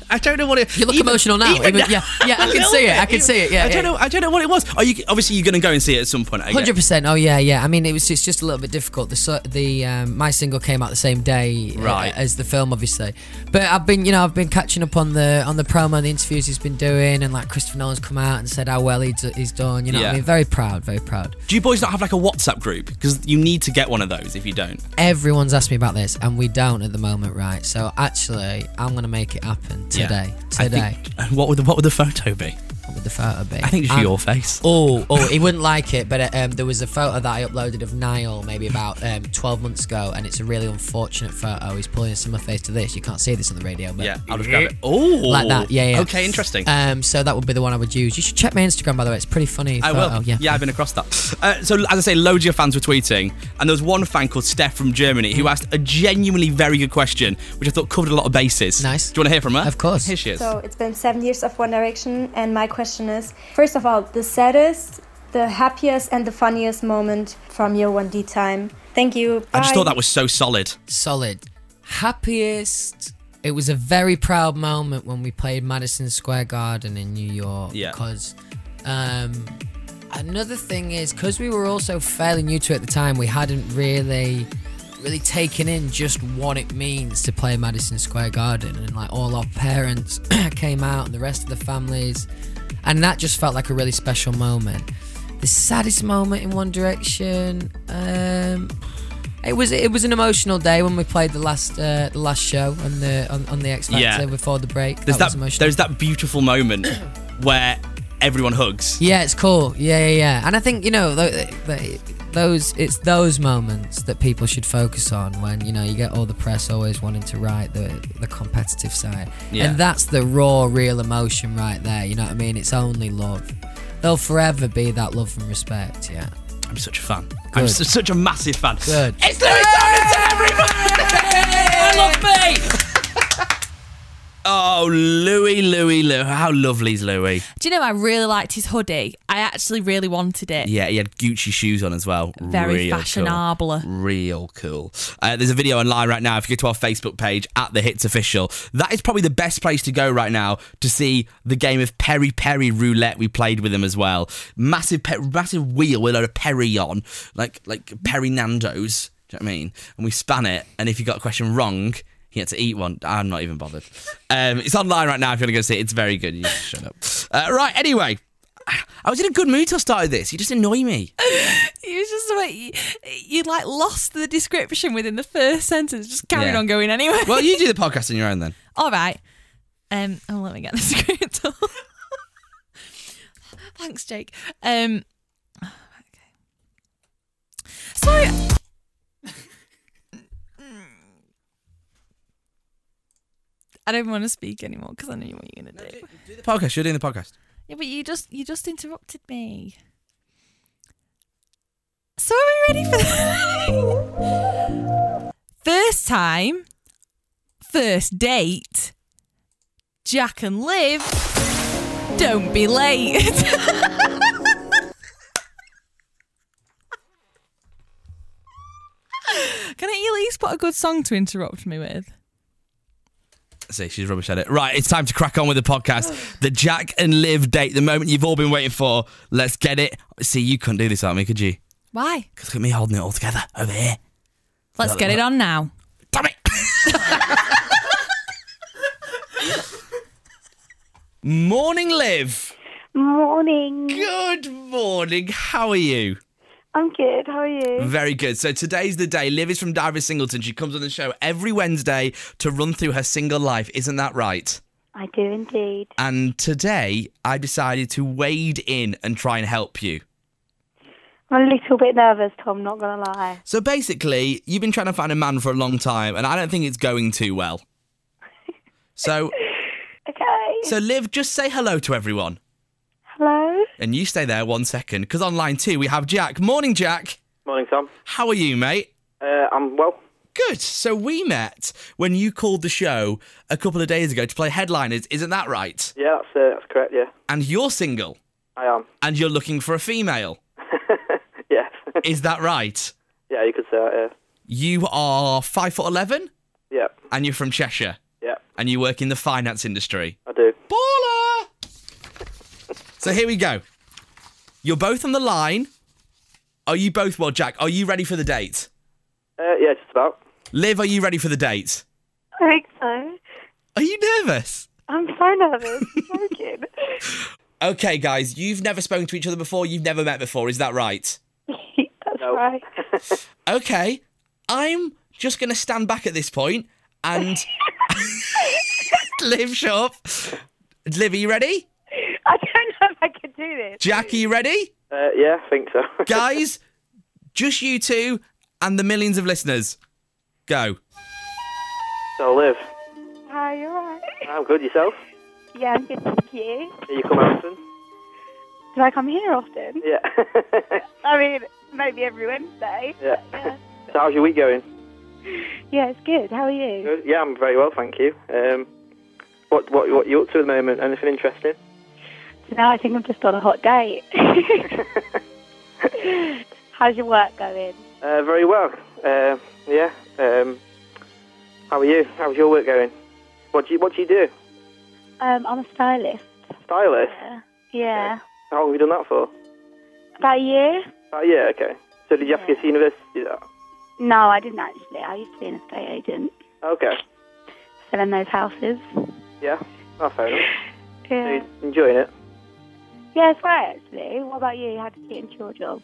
Speaker 2: I don't know what it.
Speaker 11: You look emotional now. Even-
Speaker 2: [LAUGHS]
Speaker 11: yeah, yeah, I
Speaker 2: A
Speaker 11: can
Speaker 2: little
Speaker 11: see it.
Speaker 2: bit,
Speaker 11: I can
Speaker 2: even-
Speaker 11: see it. Yeah,
Speaker 2: I don't
Speaker 11: yeah.
Speaker 2: know. I don't know what it was. Are you obviously you're going to go and see it at some point? I guess.
Speaker 11: Hundred percent. Oh yeah, yeah. I mean, it was just, just a little bit difficult. The so- the um, my single came out the same day uh,
Speaker 2: Right.
Speaker 11: as the film, obviously. But I've been, you know, I've been catching up on the on the promo, and the interviews he's been doing, and like Christopher Nolan's come out and said how well he's, he's done. You know, what
Speaker 2: Yeah.
Speaker 11: I mean, very proud, very proud.
Speaker 2: Do you boys not have like a WhatsApp group? Because you need to get one of those if you don't.
Speaker 11: Everyone's asked me about this, and we don't at the moment, right? So actually, I'm gonna make it happen
Speaker 2: Yeah.
Speaker 11: today.
Speaker 2: I
Speaker 11: Today.
Speaker 2: think- what would the, what would the photo be?
Speaker 11: What would the photo be?
Speaker 2: I think it's
Speaker 11: Um,
Speaker 2: your face.
Speaker 11: Oh, oh, he wouldn't like it, but uh, um, there was a photo that I uploaded of Niall maybe about um, 12 months ago, and it's a really unfortunate photo. He's pulling a similar face to this. You can't see this on the radio, but
Speaker 2: Yeah, I'll just grab it. Oh,
Speaker 11: like that. Yeah, yeah.
Speaker 2: Okay, interesting.
Speaker 11: Um, so that would be the one I would use. You should check my Instagram, by the way. It's a pretty funny.
Speaker 2: I
Speaker 11: photo.
Speaker 2: will.
Speaker 11: oh, Yeah.
Speaker 2: I've been across that. Uh, so, as I say, loads of your fans were tweeting, and there was one fan called Steph from Germany
Speaker 11: Mm.
Speaker 2: who asked a genuinely very good question, which I thought covered a lot of bases. Nice. Do you want to hear from her? Of course. Here she is.
Speaker 10: So it's been seven years of One Direction, and my question is: first of all, the saddest, the happiest, and the funniest moment from your 1D time. Thank you.
Speaker 2: I
Speaker 10: Bye.
Speaker 2: just thought that was so solid.
Speaker 11: Solid. Happiest. It was a very proud moment when we played Madison Square Garden in New York.
Speaker 2: Yeah.
Speaker 11: Because um, another thing is, because we were also fairly new to it at the time, we hadn't really really taken in just what it means to play Madison Square Garden, and like all our parents [CLEARS THROAT] came out and the rest of the families, and that just felt like a really special moment. The saddest moment in One Direction. Um, it was it was an emotional day when we played the last uh, the last show on the on, on the X Factor
Speaker 2: Yeah.
Speaker 11: before the break.
Speaker 2: There's
Speaker 11: that was
Speaker 2: that,
Speaker 11: emotional.
Speaker 2: there's that beautiful
Speaker 11: [COUGHS]
Speaker 2: moment where everyone hugs.
Speaker 11: Yeah, it's cool. Yeah, yeah, yeah. And I think you know tho- th- those it's those moments that people should focus on when you know you get all the press always wanting to write the the competitive side,
Speaker 12: Yeah.
Speaker 11: and that's the raw, real emotion right there. You know what I mean? It's only love. There'll forever be that love and respect. Yeah.
Speaker 2: I'm such a fan.
Speaker 11: Good.
Speaker 2: I'm s- such a massive fan.
Speaker 11: Good.
Speaker 2: It's Louis Tomlinson, everybody! I love me! Oh, Louis, Louis, Louis. How lovely's Louis.
Speaker 3: Do you know I really liked his hoodie? I actually really wanted it.
Speaker 2: Yeah, he had Gucci shoes on as well.
Speaker 3: Very
Speaker 2: Real
Speaker 3: fashionable.
Speaker 2: Cool. Real cool. Uh, there's a video online right now. If you go to our Facebook page at the Hits Official, that is probably the best place to go right now to see the game of Peri Peri roulette we played with him as well. Massive, pe- massive wheel with a load of Perry on, like like Perry Nando's. Do you know what I mean? And we span it, and if you got a question wrong. He had to eat one. I'm not even bothered. Um, it's online right now if you want to go see it. It's very good. You just shut up. Uh, right, anyway. I was in a good mood till I started this. You just annoy me.
Speaker 3: It was just like you, you like lost the description within the first sentence. Just carried
Speaker 2: Yeah.
Speaker 3: on going anyway.
Speaker 2: Well, you do the podcast on your own then.
Speaker 3: [LAUGHS] All right. Um. Oh, let me get the [LAUGHS] script. up. Thanks, Jake. Um. Okay. So. [LAUGHS] I don't want to speak anymore because I know what you're gonna do.
Speaker 2: The podcast. You're doing the podcast.
Speaker 3: Yeah, but you just you just interrupted me. So are we ready for [LAUGHS] first time, first date? Jack and Liv, don't be late. [LAUGHS] Can I at least put a good song to interrupt me with?
Speaker 2: See, she's rubbish at it. Right, it's time to crack on with the podcast. The Jack and Liv date, the moment you've all been waiting for. Let's get it. See, you couldn't do this without me, could you?
Speaker 3: Why?
Speaker 2: Because look at me holding it all together over here.
Speaker 3: Let's
Speaker 2: Look,
Speaker 3: get it
Speaker 2: look.
Speaker 3: on now.
Speaker 2: [LAUGHS] Morning, Liv.
Speaker 10: Morning.
Speaker 2: Good morning. How are you?
Speaker 10: I'm good. How are you?
Speaker 2: Very good. So today's the day. Liv is from Divers Singleton. She comes on the show every Wednesday to run through her single life. Isn't that right?
Speaker 10: I do indeed.
Speaker 2: And today I decided to wade in and try and help you.
Speaker 10: I'm a little bit nervous, Tom, not going to lie.
Speaker 2: So basically, you've been trying to find a man for a long time, and I don't think it's going too well. So,
Speaker 10: Okay.
Speaker 2: so Liv, just say hello to everyone,
Speaker 10: Hello?
Speaker 2: and you stay there one second, because on line two we have Jack. Morning, Jack.
Speaker 8: Morning, Tom.
Speaker 2: How are you, mate?
Speaker 8: Uh, I'm well.
Speaker 2: Good. So we met when you called the show a couple of days ago to play headliners. Isn't that right?
Speaker 8: Yeah, that's, uh, that's correct, yeah.
Speaker 2: And you're single,
Speaker 8: I am.
Speaker 2: and you're looking for a female.
Speaker 8: [LAUGHS] Yes.
Speaker 2: Is that right?
Speaker 8: Yeah, you could say that,
Speaker 2: You are five foot eleven,
Speaker 8: yeah. Yep,
Speaker 2: and you're from Cheshire,
Speaker 8: yep,
Speaker 2: and you work in the finance industry.
Speaker 8: I do.
Speaker 2: Baller! So here we go. You're both on the line. Are you both well, Jack? Are you ready for the date?
Speaker 8: Uh, yeah, just about.
Speaker 2: Liv, are you ready for the date?
Speaker 10: I think so.
Speaker 2: Are you nervous?
Speaker 10: I'm so nervous. I'm joking. [LAUGHS]
Speaker 2: Okay, guys, you've never spoken to each other before. You've never met before. Is that right?
Speaker 10: That's right.
Speaker 2: Okay. I'm just going to stand back at this point and. [LAUGHS] Liv, shut up. Liv, are you ready?
Speaker 10: I don't know if I could do this.
Speaker 2: Jack, are you ready?
Speaker 8: Uh, yeah, I think so. [LAUGHS]
Speaker 2: Guys, just you two and the millions of listeners. Go.
Speaker 8: So, Liv,
Speaker 10: Hi, you alright?
Speaker 8: I'm good. Yourself?
Speaker 10: Yeah, I'm good, thank you.
Speaker 8: Do you come out often?
Speaker 10: Do I come here often?
Speaker 8: Yeah. [LAUGHS]
Speaker 10: I mean, maybe every Wednesday.
Speaker 8: yeah. So, how's your week going?
Speaker 10: Yeah, it's good. How are you?
Speaker 8: Good. Yeah, I'm very well, thank you. Um, what what what you up to at the moment? Anything interesting? [LAUGHS]
Speaker 10: So now I think I'm just on a hot date. How's your work going?
Speaker 8: Uh, very well. Uh, yeah. Um, how are you? How's your work going? What do you what do you do?
Speaker 10: Um, I'm a stylist.
Speaker 8: Stylist.
Speaker 10: Yeah.
Speaker 8: How long have you done that for? Uh,
Speaker 10: About a year?
Speaker 8: Oh yeah, okay. So did you have to go to university? to do That?
Speaker 10: No, I didn't actually. I used to be an estate agent
Speaker 8: Okay.
Speaker 10: selling those houses.
Speaker 8: Yeah. Oh, fair enough. So
Speaker 10: Yeah,
Speaker 8: you enjoying it?
Speaker 10: yeah it's great actually. What about you? How did you get into your job?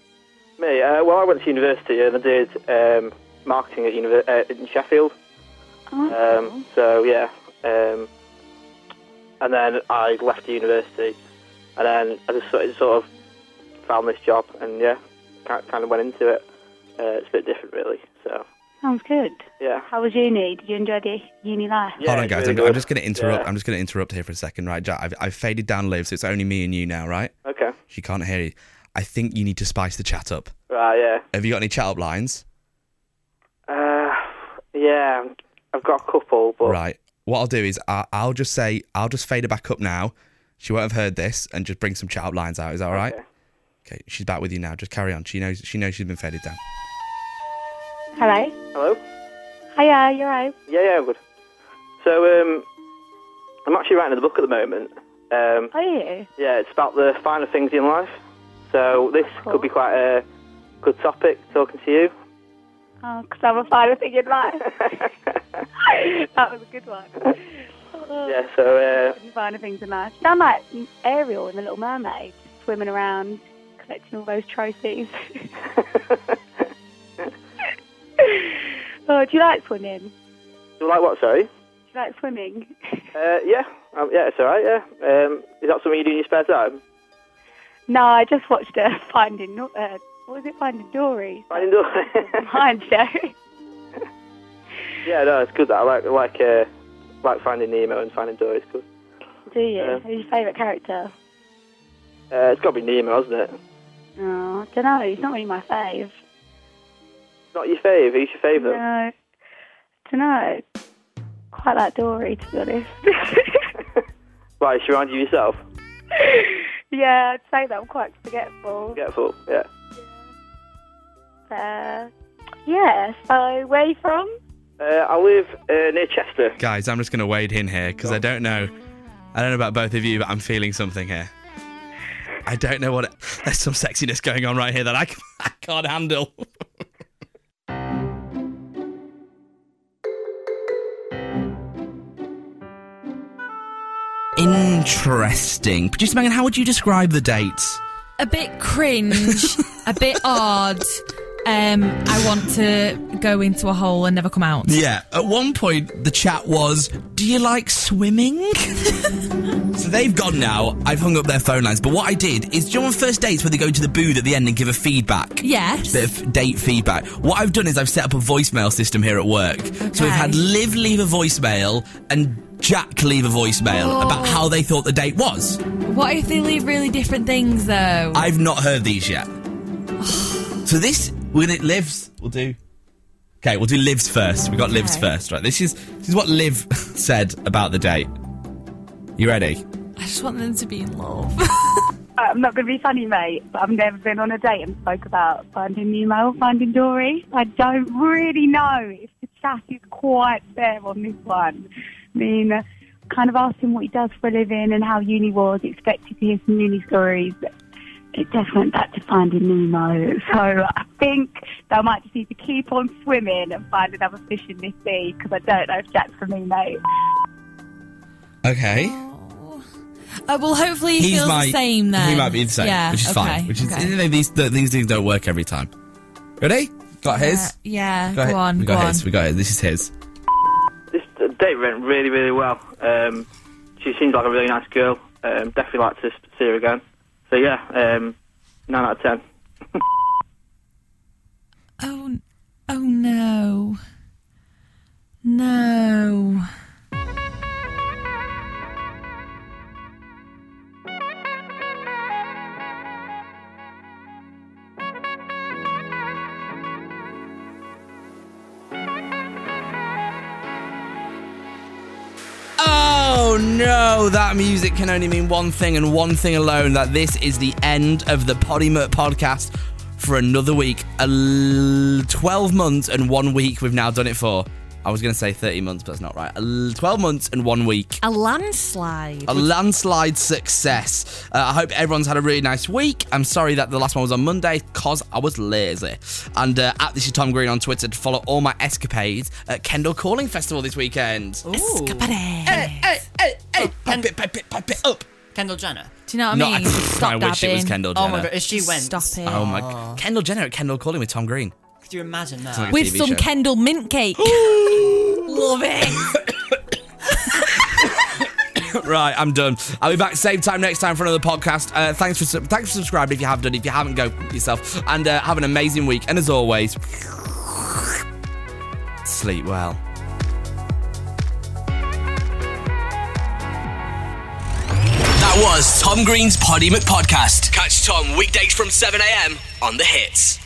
Speaker 8: Me? Uh, well, I went to university and I did um, marketing at univer- uh, in Sheffield.
Speaker 10: Oh,
Speaker 8: Um, so yeah, um, and then I left the university, and then I just sort of, sort of found this job, and yeah, ki- kind of went into it. Uh, it's a bit different, really. So
Speaker 10: Sounds good.
Speaker 8: yeah,
Speaker 10: How was uni? Did you enjoy the uni life?
Speaker 13: Hold on,
Speaker 8: it's
Speaker 13: guys.
Speaker 8: really
Speaker 13: I'm, I'm
Speaker 8: good.
Speaker 13: just going to interrupt.
Speaker 8: Yeah.
Speaker 13: I'm just going to interrupt here for a second, right, Jack? I've, I've faded down Liv, so it's only me and you now, right?
Speaker 8: Okay.
Speaker 13: She can't hear you. I think you need to spice the chat up.
Speaker 8: right, yeah,
Speaker 13: Have you got any chat up lines?
Speaker 8: uh, yeah. I've got a couple, but
Speaker 13: Right. What I'll do is I, I'll just say I'll just fade her back up now. She won't have heard this, and just bring some chat up lines out. Is that all right? Okay. She's back with you now. Just carry on. She knows. She knows she's been faded down.
Speaker 10: Hello.
Speaker 8: Hello.
Speaker 10: Hiya, you're right.
Speaker 8: yeah, yeah, good. So um, I'm actually writing a book at the moment. Um,
Speaker 10: Are you?
Speaker 8: Yeah, it's about the finer things in life. So this could be quite a good topic talking to you. [LAUGHS]
Speaker 10: Oh, 'cause I'm a finer thing in life. [LAUGHS] that was a good one.
Speaker 8: [LAUGHS] Yeah, so uh,
Speaker 10: Finer things in life. Sound like Ariel in The Little Mermaid, swimming around, collecting all those trophies. [LAUGHS]
Speaker 8: uh, [LAUGHS]
Speaker 10: oh, do you like swimming?
Speaker 8: do you like what? Sorry.
Speaker 10: Do you like swimming? [LAUGHS]
Speaker 8: Uh, yeah, um, yeah, it's all right. Yeah, um, is that something you do in your spare time?
Speaker 10: No, I just watched uh, Finding. No- Uh, what was it? Finding
Speaker 8: [LAUGHS]
Speaker 10: Dory.
Speaker 8: Finding Dory.
Speaker 10: Mind
Speaker 8: [LAUGHS]
Speaker 10: show.
Speaker 8: Yeah, no, it's good. That I like like uh, like Finding Nemo and Finding Dory. It's good.
Speaker 10: Do you?
Speaker 8: Yeah.
Speaker 10: Who's your favourite character?
Speaker 8: Uh, it's got to be Nemo, hasn't it?
Speaker 10: Oh, I don't know. He's not really my fave.
Speaker 8: Not your fave. Who's your favourite?
Speaker 10: No, don't know. Quite like Dory, to be honest.
Speaker 8: Why? She reminds you of yourself.
Speaker 10: [LAUGHS] yeah, I'd say that I'm quite forgetful.
Speaker 8: Forgetful. Yeah.
Speaker 10: Uh, yeah. So, where are you from?
Speaker 8: Uh, I live uh, near Chester.
Speaker 13: Guys, I'm just going to wade in here because I don't know. I don't know about both of you, but I'm feeling something here. I don't know what. It, there's some sexiness going on right here that I, c- [LAUGHS] I can't handle.
Speaker 2: Interesting. Producer Megan, how would you describe the dates?
Speaker 3: a bit cringe, a
Speaker 2: [LAUGHS]
Speaker 3: bit odd. Um, I want to go into a hole and never come out.
Speaker 2: Yeah, at one point the chat was, Do you like swimming? [LAUGHS] so they've gone now. I've hung up their phone lines. But what I did is, do you know on first dates where they go to the booth at the end and give a feedback?
Speaker 3: Yes.
Speaker 2: Bit of date feedback. What I've done is I've set up a voicemail system here at work. So we've had Liv leave a voicemail and Jack leave a voicemail
Speaker 3: Oh.
Speaker 2: about how they thought the date was.
Speaker 3: What if they leave really different things though?
Speaker 2: I've not heard these yet. so this, when it lives, we'll do. Okay, we'll do lives first. We got lives first, right? This is this is what Liv [LAUGHS] said about the date. You ready?
Speaker 3: I just want them to be in love. [LAUGHS]
Speaker 10: I'm not going to be funny, mate, but I've never been on a date and spoke about finding Nemo, finding Dory. I don't really know if the chat is quite there on this one. I mean, uh, kind of asked him what he does for a living and how uni was, expected to hear some uni stories. It just went back to finding Nemo. So I think they might just need to keep on swimming and find another fish in this sea because I don't know if Jack's for me, mate.
Speaker 2: Okay.
Speaker 3: Uh, well, hopefully he feels the same then.
Speaker 2: He might be the same,
Speaker 3: Yeah,
Speaker 2: which is
Speaker 3: okay,
Speaker 2: fine. Which is
Speaker 3: okay.
Speaker 2: you know, these th- these things don't work every time. Ready? Got his.
Speaker 3: Uh, yeah,
Speaker 2: got
Speaker 3: go
Speaker 2: hi-
Speaker 3: on,
Speaker 2: We
Speaker 3: go
Speaker 2: got
Speaker 3: on.
Speaker 2: his. We got his. This is his.
Speaker 8: This uh, date went really, really well. Um, she seems like a really nice girl. Um, definitely like to s- see her again. So yeah, um, nine out of ten.
Speaker 3: Oh, n- oh no, no.
Speaker 13: Oh no, that music can only mean one thing and one thing alone that this is the end of the Podimut podcast for another week. A l- 12 months and one week we've now done it for.
Speaker 2: I was going to say 30 months, but that's not right. L- 12 months and one week.
Speaker 3: A landslide.
Speaker 2: A landslide success. Uh, I hope everyone's had a really nice week. I'm sorry that the last one was on Monday because I was lazy. And uh, at this is Tom Green on Twitter to follow all my escapades at Kendall Calling Festival this weekend.
Speaker 3: Escapades.
Speaker 2: Hey, hey, hey, hey. Pipe it, pipe it, pipe it up.
Speaker 4: Oh, Kendall Jenner.
Speaker 14: Do you know what
Speaker 2: No,
Speaker 14: I
Speaker 2: I
Speaker 14: mean?
Speaker 2: think
Speaker 14: Stop
Speaker 2: I
Speaker 14: dabbing.
Speaker 2: wish it was Kendall Jenner.
Speaker 4: Oh my god, if she went.
Speaker 14: Stop it.
Speaker 2: Oh my god. Kendall Jenner at Kendall Calling with Tom Green.
Speaker 4: Could you imagine
Speaker 2: It's like
Speaker 4: that?
Speaker 2: a
Speaker 3: With
Speaker 2: TV
Speaker 3: some
Speaker 2: show.
Speaker 3: Kendall mint cake. Love it.
Speaker 2: [LAUGHS] right, I'm done. I'll be back same time next time for another podcast. Uh, thanks for sub- thanks for subscribing if you have done. If you haven't, go yourself. And uh, have an amazing week. And as always, sleep well.
Speaker 15: That was Tom Green's Poddy McPodcast. Catch Tom weekdays from 7am on The Hits.